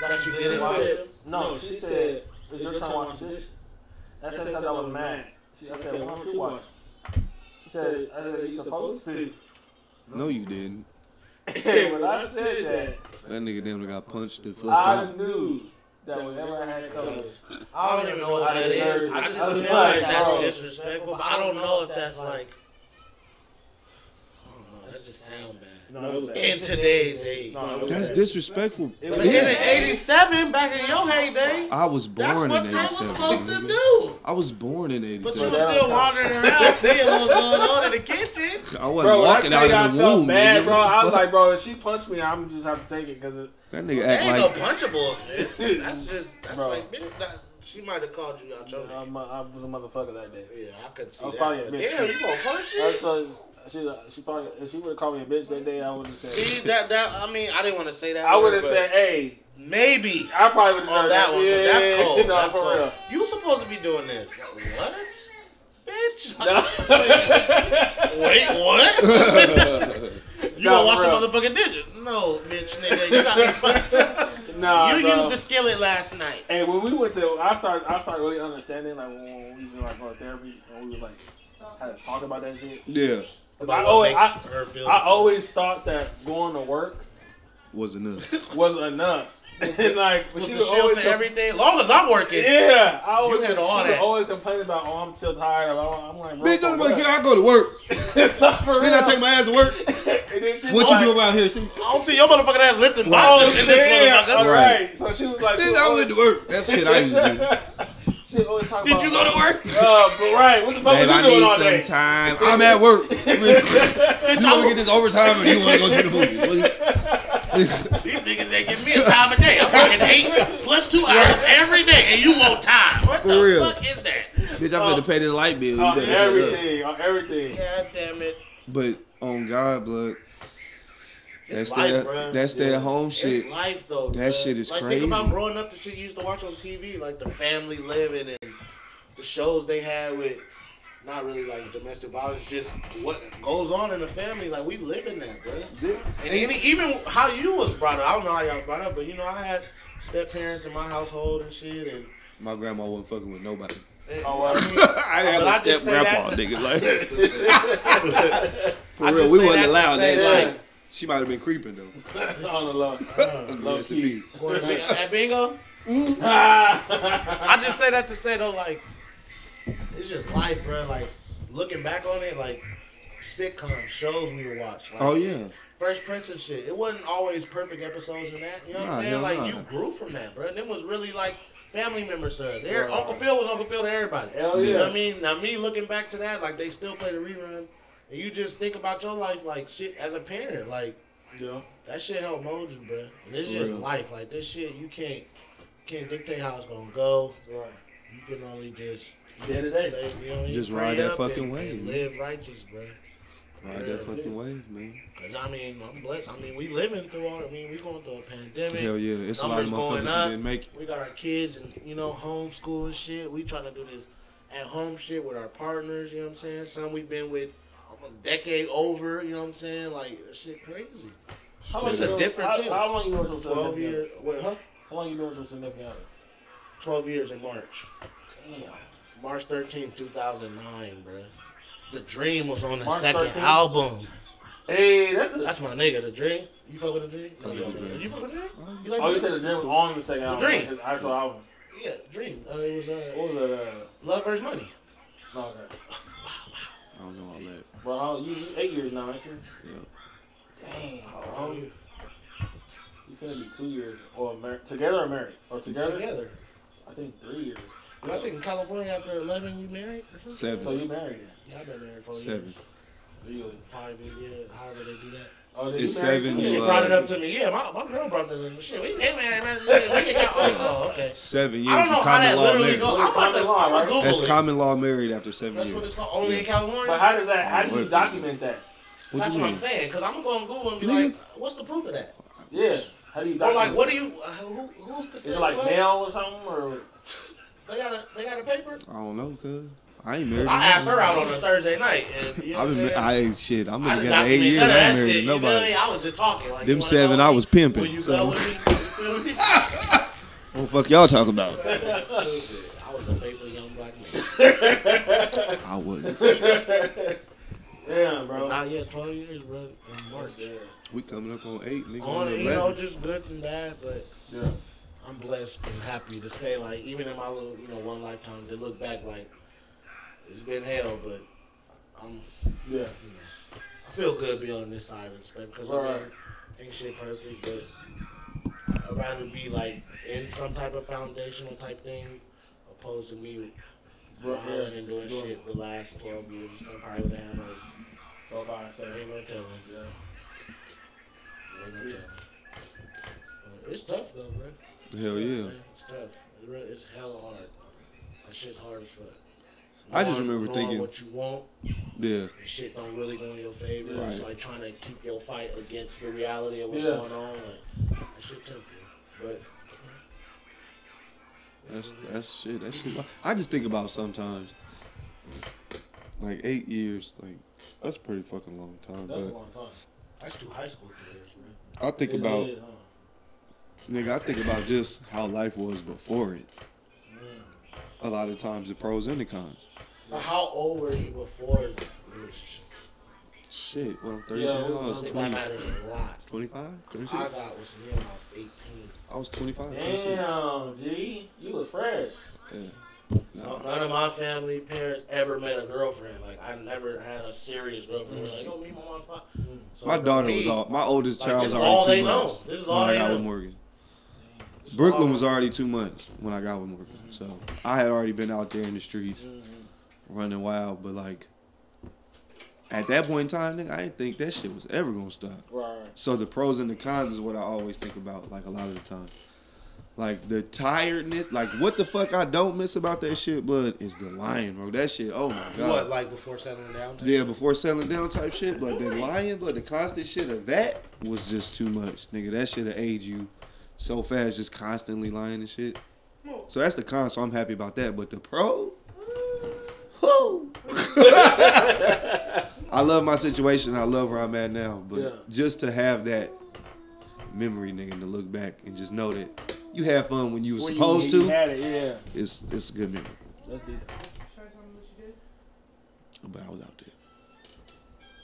That you didn't wash them? No, she said, it's your turn to wash the dishes. That's the time I was mad. She, I said, why don't you wash? She said, I said, you supposed to. [laughs] No, you didn't. when I said that, That nigga damn near got punched the fuck I out. knew that whenever I had colors, I don't even know what that is. I just feel like that's disrespectful, but I don't know if that's like. I don't know. That just sound bad. no, it was bad. In today's age. No, it was That's bad. disrespectful. But then in Yeah. '87, back in your heyday, I was that's born in what they was 87. supposed to nigga. do. I was born in But you 87. were still wandering around, seeing what was going on in the kitchen. I wasn't Bro, when I walking tell you out I of the womb, felt bad, nigga. bro. What the I was fuck? like, bro, if she punched me, I'm just have to take it because that nigga That act ain't no like punchable offense. Dude, That's just that's bro. like man, that, she might have called you out your I name. was uh, a motherfucker that day. Yeah, I could see I'm that. probably a But bitch. damn, you gonna punch That's me? 'cause she, she probably, if she would have called me a bitch that day, I would have See said, that that I mean I didn't want to say that. I word, would have but said, hey, maybe I probably would have on that one. 'cause That's cold. [laughs] No, that's for cold. real. You supposed to be doing this? Like, what, [laughs] bitch? [laughs] No. Wait, what? [laughs] you [laughs] Nah, gonna wash for the motherfucking dishes? No, bitch, nigga, you got me fucked up. [laughs] nah, you bro. used the skillet last night. And when we went to, I started, I started really understanding, like when we used to like go to therapy and we would like had to talk about that shit. [laughs] yeah I About what always, makes I, her feel I always thought that going to work was enough. was enough. [laughs] and like, but with she the would shield always to com- everything. As long as I'm working, Yeah, I always, had she all would that. always complain about, oh, I'm still tired. I'm, I'm like, bro, Bitch, for don't nobody what? care. I go to work. [laughs] Not for Bitch, I real. take my ass to work. [laughs] and then she What like, you do around here? See, bitch, I don't see your motherfucking ass lifting Oh, boxes in this damn. motherfucker. All Right. right. So she was like, she was I went to work. That shit [laughs] I didn't do. do. she always talk Did about, you go to work? Uh, but right, what the fuck Babe, was I you doing all need day? [laughs] some time. I'm at work. Bitch, Bitch, you I want to work. get this overtime or do you want to go to the movies? What do you- [laughs] Bitch, These niggas ain't giving me a time of day. I'm working eight plus two hours every day, and you want time. What For the real. fuck is that? bitch, I better pay this light bill. You on better shut up. Oh, everything, on everything. God damn it. But on God, blood, It's that's life, that bruh. that's that home shit. It's life, though. That bruh. shit is like, crazy. Think about growing up, the shit you used to watch on TV, like the family living and the shows they had with not really like domestic violence, just what goes on in the family. Like we live in that, bro. And any, even how you was brought up, I don't know how y'all was brought up, but you know I had step parents in my household and shit, and, My grandma wasn't fucking with nobody. [laughs] and Oh, wow. I mean, I But I have a just step say that to- grandpa, nigga. [laughs] Like, I for just real, we say that wasn't to allowed say that. that. shit. She might have been creeping though. [laughs] on the [laughs] low. Rest in key. peace. Going to bing- at bingo. Mm-hmm. I I just say that to say though, like it's just life, bro. Like looking back on it, like sitcom shows we would watch. Like, Oh yeah, Fresh Prince and shit. It wasn't always perfect episodes in that. You know what Nah, I'm saying? hell Like nah. you grew from that, bro. And it was really like family members to us. Every- Uncle Phil was Uncle Phil to everybody. Hell You know what yeah. I mean? Now me looking back to that, like they still play the rerun, and you just think about your life, like shit as a parent, like Yeah. that shit helped mold you, bro. And it's For just real. life, like this shit you can't can't dictate how it's gonna go. Right. You can only just Day to day. stay, you know, you Just pray ride that up fucking and- wave, and man. live righteous, bro. Ride that fucking wave, man. Cause I mean, I'm blessed. I mean, we living through all. I mean, we going through a pandemic. Hell yeah, it's a lot Numbers of going motherfuckers that up. didn't make it. We got our kids and you know homeschool and shit. We trying to do this at home shit with our partners. You know what I'm saying? Some we've been with a decade over. You know what I'm saying? Like that shit crazy. How It's you a know- different how, test. how long you know with your Twelve significant years. Wait, huh? How long you know with your significant other? Twelve years in March. Damn. March 13, 2009, bro. The Dream was on the March second 13th? album. Hey, that's a, That's my nigga, The Dream. You fuck with The Dream? I No, fuck you with don't. The Dream. You fuck with The Dream? You like Oh, you The said the dream was on the second album. Dream. His actual album. Dream? Yeah, Dream. Uh, it was uh, What was it? Uh, Love vs. Money. no, okay. I don't know all that. Bro, how- you, you eight years now, ain't you? Yeah. Dang. Oh, bro. You gonna be two years or mar- together or married or together? Together. I think three years. I think in California after 11 you married? or something? So Seven. you married? then? Yeah, I've been married for Seven. Really? Five years, yeah, however they do that. Oh, then It's you married seven too. to, she uh, brought it up to me. Yeah, my, my girl brought this up. Shit, we ain't married, man. Yeah, we get oh, oh, okay. Seven years. I don't you know how that literally married. goes. I'm about to, I'm gonna Google That's it. common law married after seven That's what it's years. called. Only in But California. how does that? How do you What? document that? What That's you what I'm mean? saying. Because I'm going to Google and be Nigga. like, what's the proof of that? Yeah. How do you Or document? Oh, like, what that? do you, uh, who, who's to Is say it like what? mail or something [laughs] or? [laughs] They got a, they got a paper? I don't know, cuz. I ain't married. I to asked her out nobody. on a Thursday night. And, you know I've what I'm been, saying? I ain't shit. I'm I gonna didn't get eight document none years. of I that ain't married shit. to you feel nobody. me? I was just talking. Like, Them you wanna seven, go I with was me? pimping. Will you so, go [laughs] with me? You feel me? [laughs] what the fuck y'all talking about? I was a faithful young black man. I wouldn't. [laughs] Damn, bro. Not yet, 12 years, bro. In March. We coming up on eight, nigga. On, On you know, eleven. just good and bad, but Yeah. I'm blessed and happy to say, like, even in my little, you know, one lifetime, to look back, like, it's been hell, but I'm, Yeah. I feel good being on this side of the spectrum because Right. ain't shit perfect, but I'd rather be, like, in some type of foundational type thing opposed to me Bro, grinding yeah. and doing shit the last 12 years. I probably would have, like, Go by and say. Ain't no telling. Yeah. Ain't no telling. Uh, It's tough though, bro. It's Hell tough, yeah. man. It's tough. It re- It's hella hard. That shit's hard as fuck. I just Knowing- remember knowing thinking- what you want Yeah. and shit don't really go in your favor. It's Right. like trying to keep your fight against the reality of what's Yeah. going on. Like, that shit tough, bro. But That's that's shit. That shit. I just think about sometimes, like eight years. Like that's a pretty fucking long time. That's a But long time. that's two high school years, bro. I think It about is, huh? nigga. I think about just how life was before it. Mm. A lot of times the pros and the cons. Now, how old were you before the relationship? Shit. Well, I'm 32 Yeah, now. it I was was That 20, matters a lot. 25, I 36. got was me when I was 18. I was 25. 26. Damn, G, you was fresh. Oh. No, none of my family parents ever met a girlfriend. Like I never had a serious girlfriend. Like, oh, me, my mom's fine. So My for daughter me, was all. My oldest like, child this was is all already they two months know. This is all when I they got know. with Morgan. this is Brooklyn all- was already two months when I got with Morgan. So I had already been out there in the streets Mm-hmm. running wild, but like at that point in time, nigga, I didn't think that shit was ever gonna stop. Right. [laughs] So the pros and the cons is what I always think about, like a lot of the time. Like the tiredness, like what the fuck I don't miss about that shit, blood, is the lion, bro. That shit, oh my god. what like before settling down. type? Yeah, before settling down type shit, but the lying, but the constant shit of that was just too much, nigga. That shit age you so fast, just constantly lying and shit. So that's the con. So I'm happy about that. But the pro, [laughs] whoo. I love my situation. I love where I'm at now. But Yeah. just to have that memory, nigga, to look back and just know that you had fun when you were When you- supposed you to. had it, yeah. it's it's a good memory. That's Should decent. I tell them what you did? But I was out there.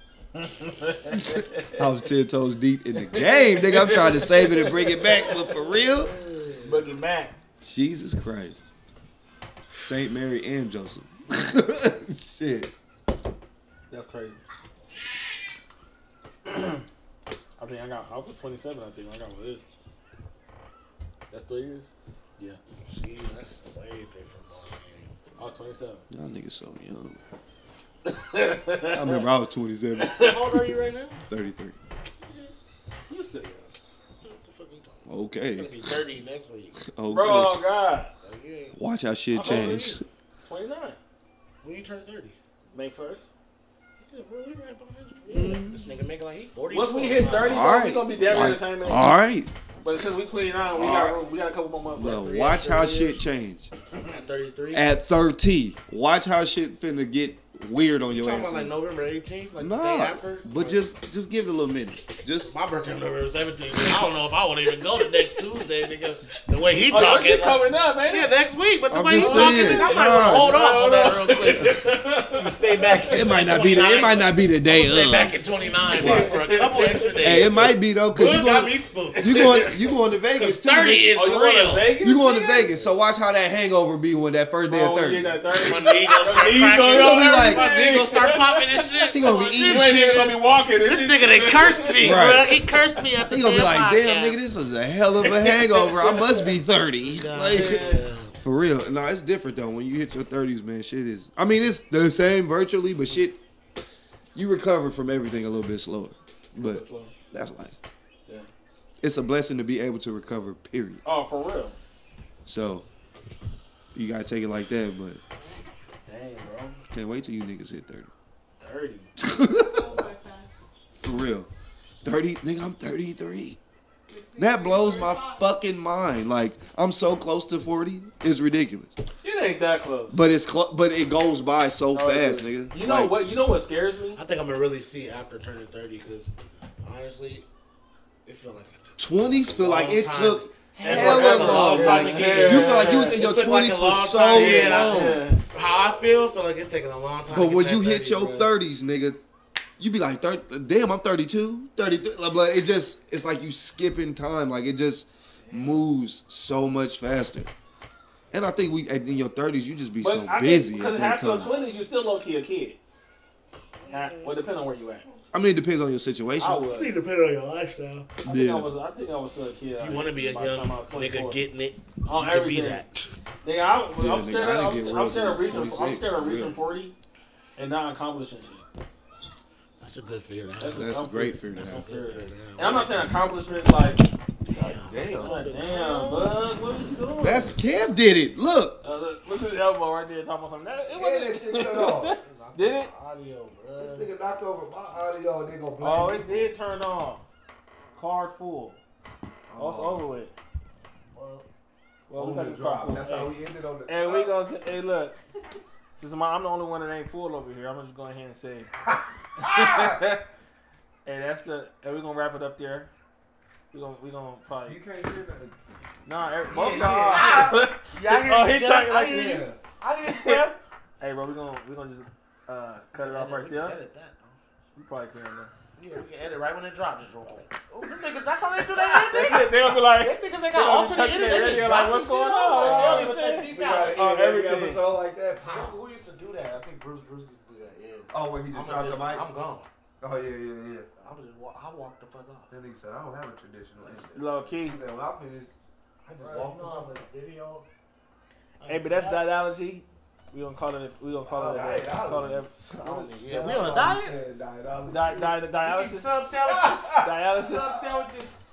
[laughs] I was ten toes deep in the game, nigga. I'm trying to save it and bring it back, but for real, [laughs] But you're back. Jesus Christ, Saint Mary and Joseph. [laughs] Shit, That's crazy. [clears throat] I think I got. I was 27. I think I got with this. That's three years. See, that's way different ball I was 27. Y'all niggas so young. I [laughs] remember I was 27, game. How old are you right now? 33. You still young. What the fuck you talking about? You're Okay. gonna be 30 next week. Okay. Bro, oh, God. Like, you ain't, Watch how shit How old are you? change. 29. when you turn 30. May 1st. Yeah, bro, we right behind you. Yeah. This nigga making like he 40. Once we hit 30, All right. we're going to be damn near the same age. All right. But since we 29, we, All got, right. room- we got a couple more months Now left. watch how shit change. At 33. At 30, watch how shit finna get weird on you your talking ass. about like November 18th? Like the day Nah, after? but Like, just just give it a little minute. Just My birthday on November 17th. I don't know if I would even go to next Tuesday, nigga. The way he Oh, your talking. shit like- coming up, [laughs] man. yeah, next week, but the I'm way he's just talking, saying, nigga, I might want to nah. hold off on No, that real quick. Oh, Stay back. it might not be the it might not be the day Stay of. back at 29 man, for a couple extra days. uh, Hey, it might be though, cause Good you got going me [laughs] spooked. [laughs] you going you going to Vegas Because too. 30 is Oh, you going to real. Vegas? You going to nigga? Vegas, so watch how that hangover be when that first day Bro, of we thirty. did that [laughs] 30. My knee gonna [laughs] start Knees cracking. gonna be like- my knee gonna start popping and shit. He gonna be eating this He ain't shit. gonna be walking. This nigga they cursed me, Right. bro. He cursed me at the He gonna be damn like, damn podcast. nigga, this is a hell of a hangover. I must be thirty. Like for real. No, it's different though. When you hit your thirties, man, shit is I mean it's the same virtually, but shit you recover from everything a little bit slower. But that's life. Yeah. It's a blessing to be able to recover, period. Oh, for real. So you gotta take it like that, but Dang, bro. can't wait till you niggas hit 30. 30. Goes by fast. [laughs] For real. 30, nigga, I'm 33. Sixteen, That blows my 35. fucking mind. Like, I'm so close to 40. It's ridiculous. It ain't that close. But it's clo but it goes by so No, Oh, it is. fast, nigga. You know Like, what? You know what scares me? I think I'm gonna really see after turning 30 because honestly, it felt like it took 20s feel like long it time. took And hella forever, long. long time Like, to get you here. feel like you was in It your took 20s like a for long so time. Yeah, long. Yeah. how I feel. Feel like it's taking a long time. to But get when to you that hit 30, your bro. 30s, nigga, you be like, 30, damn, I'm 32, 33. Like, but it just, it's like you skipping time. Like, it just moves so much faster. And I think we in your 30s, you just be But so I busy. at Because that half your time. twenties, you still low key a kid. Half, well, depending on where you at. I mean, it depends on your situation. I I was. think it depends on your lifestyle. I think Yeah. I was. I think I was still a kid. If you want to be a by the young time I was 24. nigga getting it, on you can be everything. that. Nigga, I, I'm, Yeah, scared. nigga, I Of, didn't get I'm, I'm roles scared of until I was reaching. I'm 26, scared of for reaching real. forty, and not accomplishing shit. That's a good fear. to That's have. That's a I'm great good. fear to That's a have. good fear. to have. And I'm not saying accomplishments like, like Damn. damn, bug, what are you doing? That's Kev did it. Look. uh, look, look at his elbow right there talking about something. That, it Yeah, wasn't. that shit cut off. [laughs] Did it? Audio, bro. This nigga knocked over my audio and they gonna blame Oh, oh, me. it did turn on. Card full. Oh, it's over with. Well, Well, we boom got and this card drop. full. That's how oh, we ended on the. And we go. To, hey, look. Since my, I'm the only one that ain't full over here, I'm just going ahead and say. [laughs] hey, that's the. And we're gonna wrap it up there. We gonna we gonna You probably can't hear nothing. nah. every- Both [laughs] Ah, yeah. y'all. oh, he talking like Yeah. this. I didn't, bro. Hey, bro, we gonna we gonna just uh, cut it off right there. We probably can. though. Yeah, we can edit right when it drops. Just real quick. Oh, them niggas, that's how [laughs] they do their editing. That's it. They'll be like. Them niggas, they They got gonna be alternate touching editing. their They radio just like, drop what's this shit going up. on? Like, They don't even say [laughs] We peace We out. gotta Oh, end every everything. episode like that. Who- Pop. Who used to do that? I think Bruce Bruce used to do that. Yeah. Oh, when he just I'ma dropped just- the mic. I'm gone. Oh yeah, yeah, yeah. I'm just walk, I walk the fuck off. That nigga said I don't have a traditional. ending." Low key. He said when I finish, I just walk you know I'm a video. Hey, but that's dialogy. We gonna call it. We gonna call it. Oh, Alright, Call it. Yeah, we on a That's why diet. he said diet. Di- di- dialysis. Sub sandwiches. [laughs] Dialysis. sandwiches.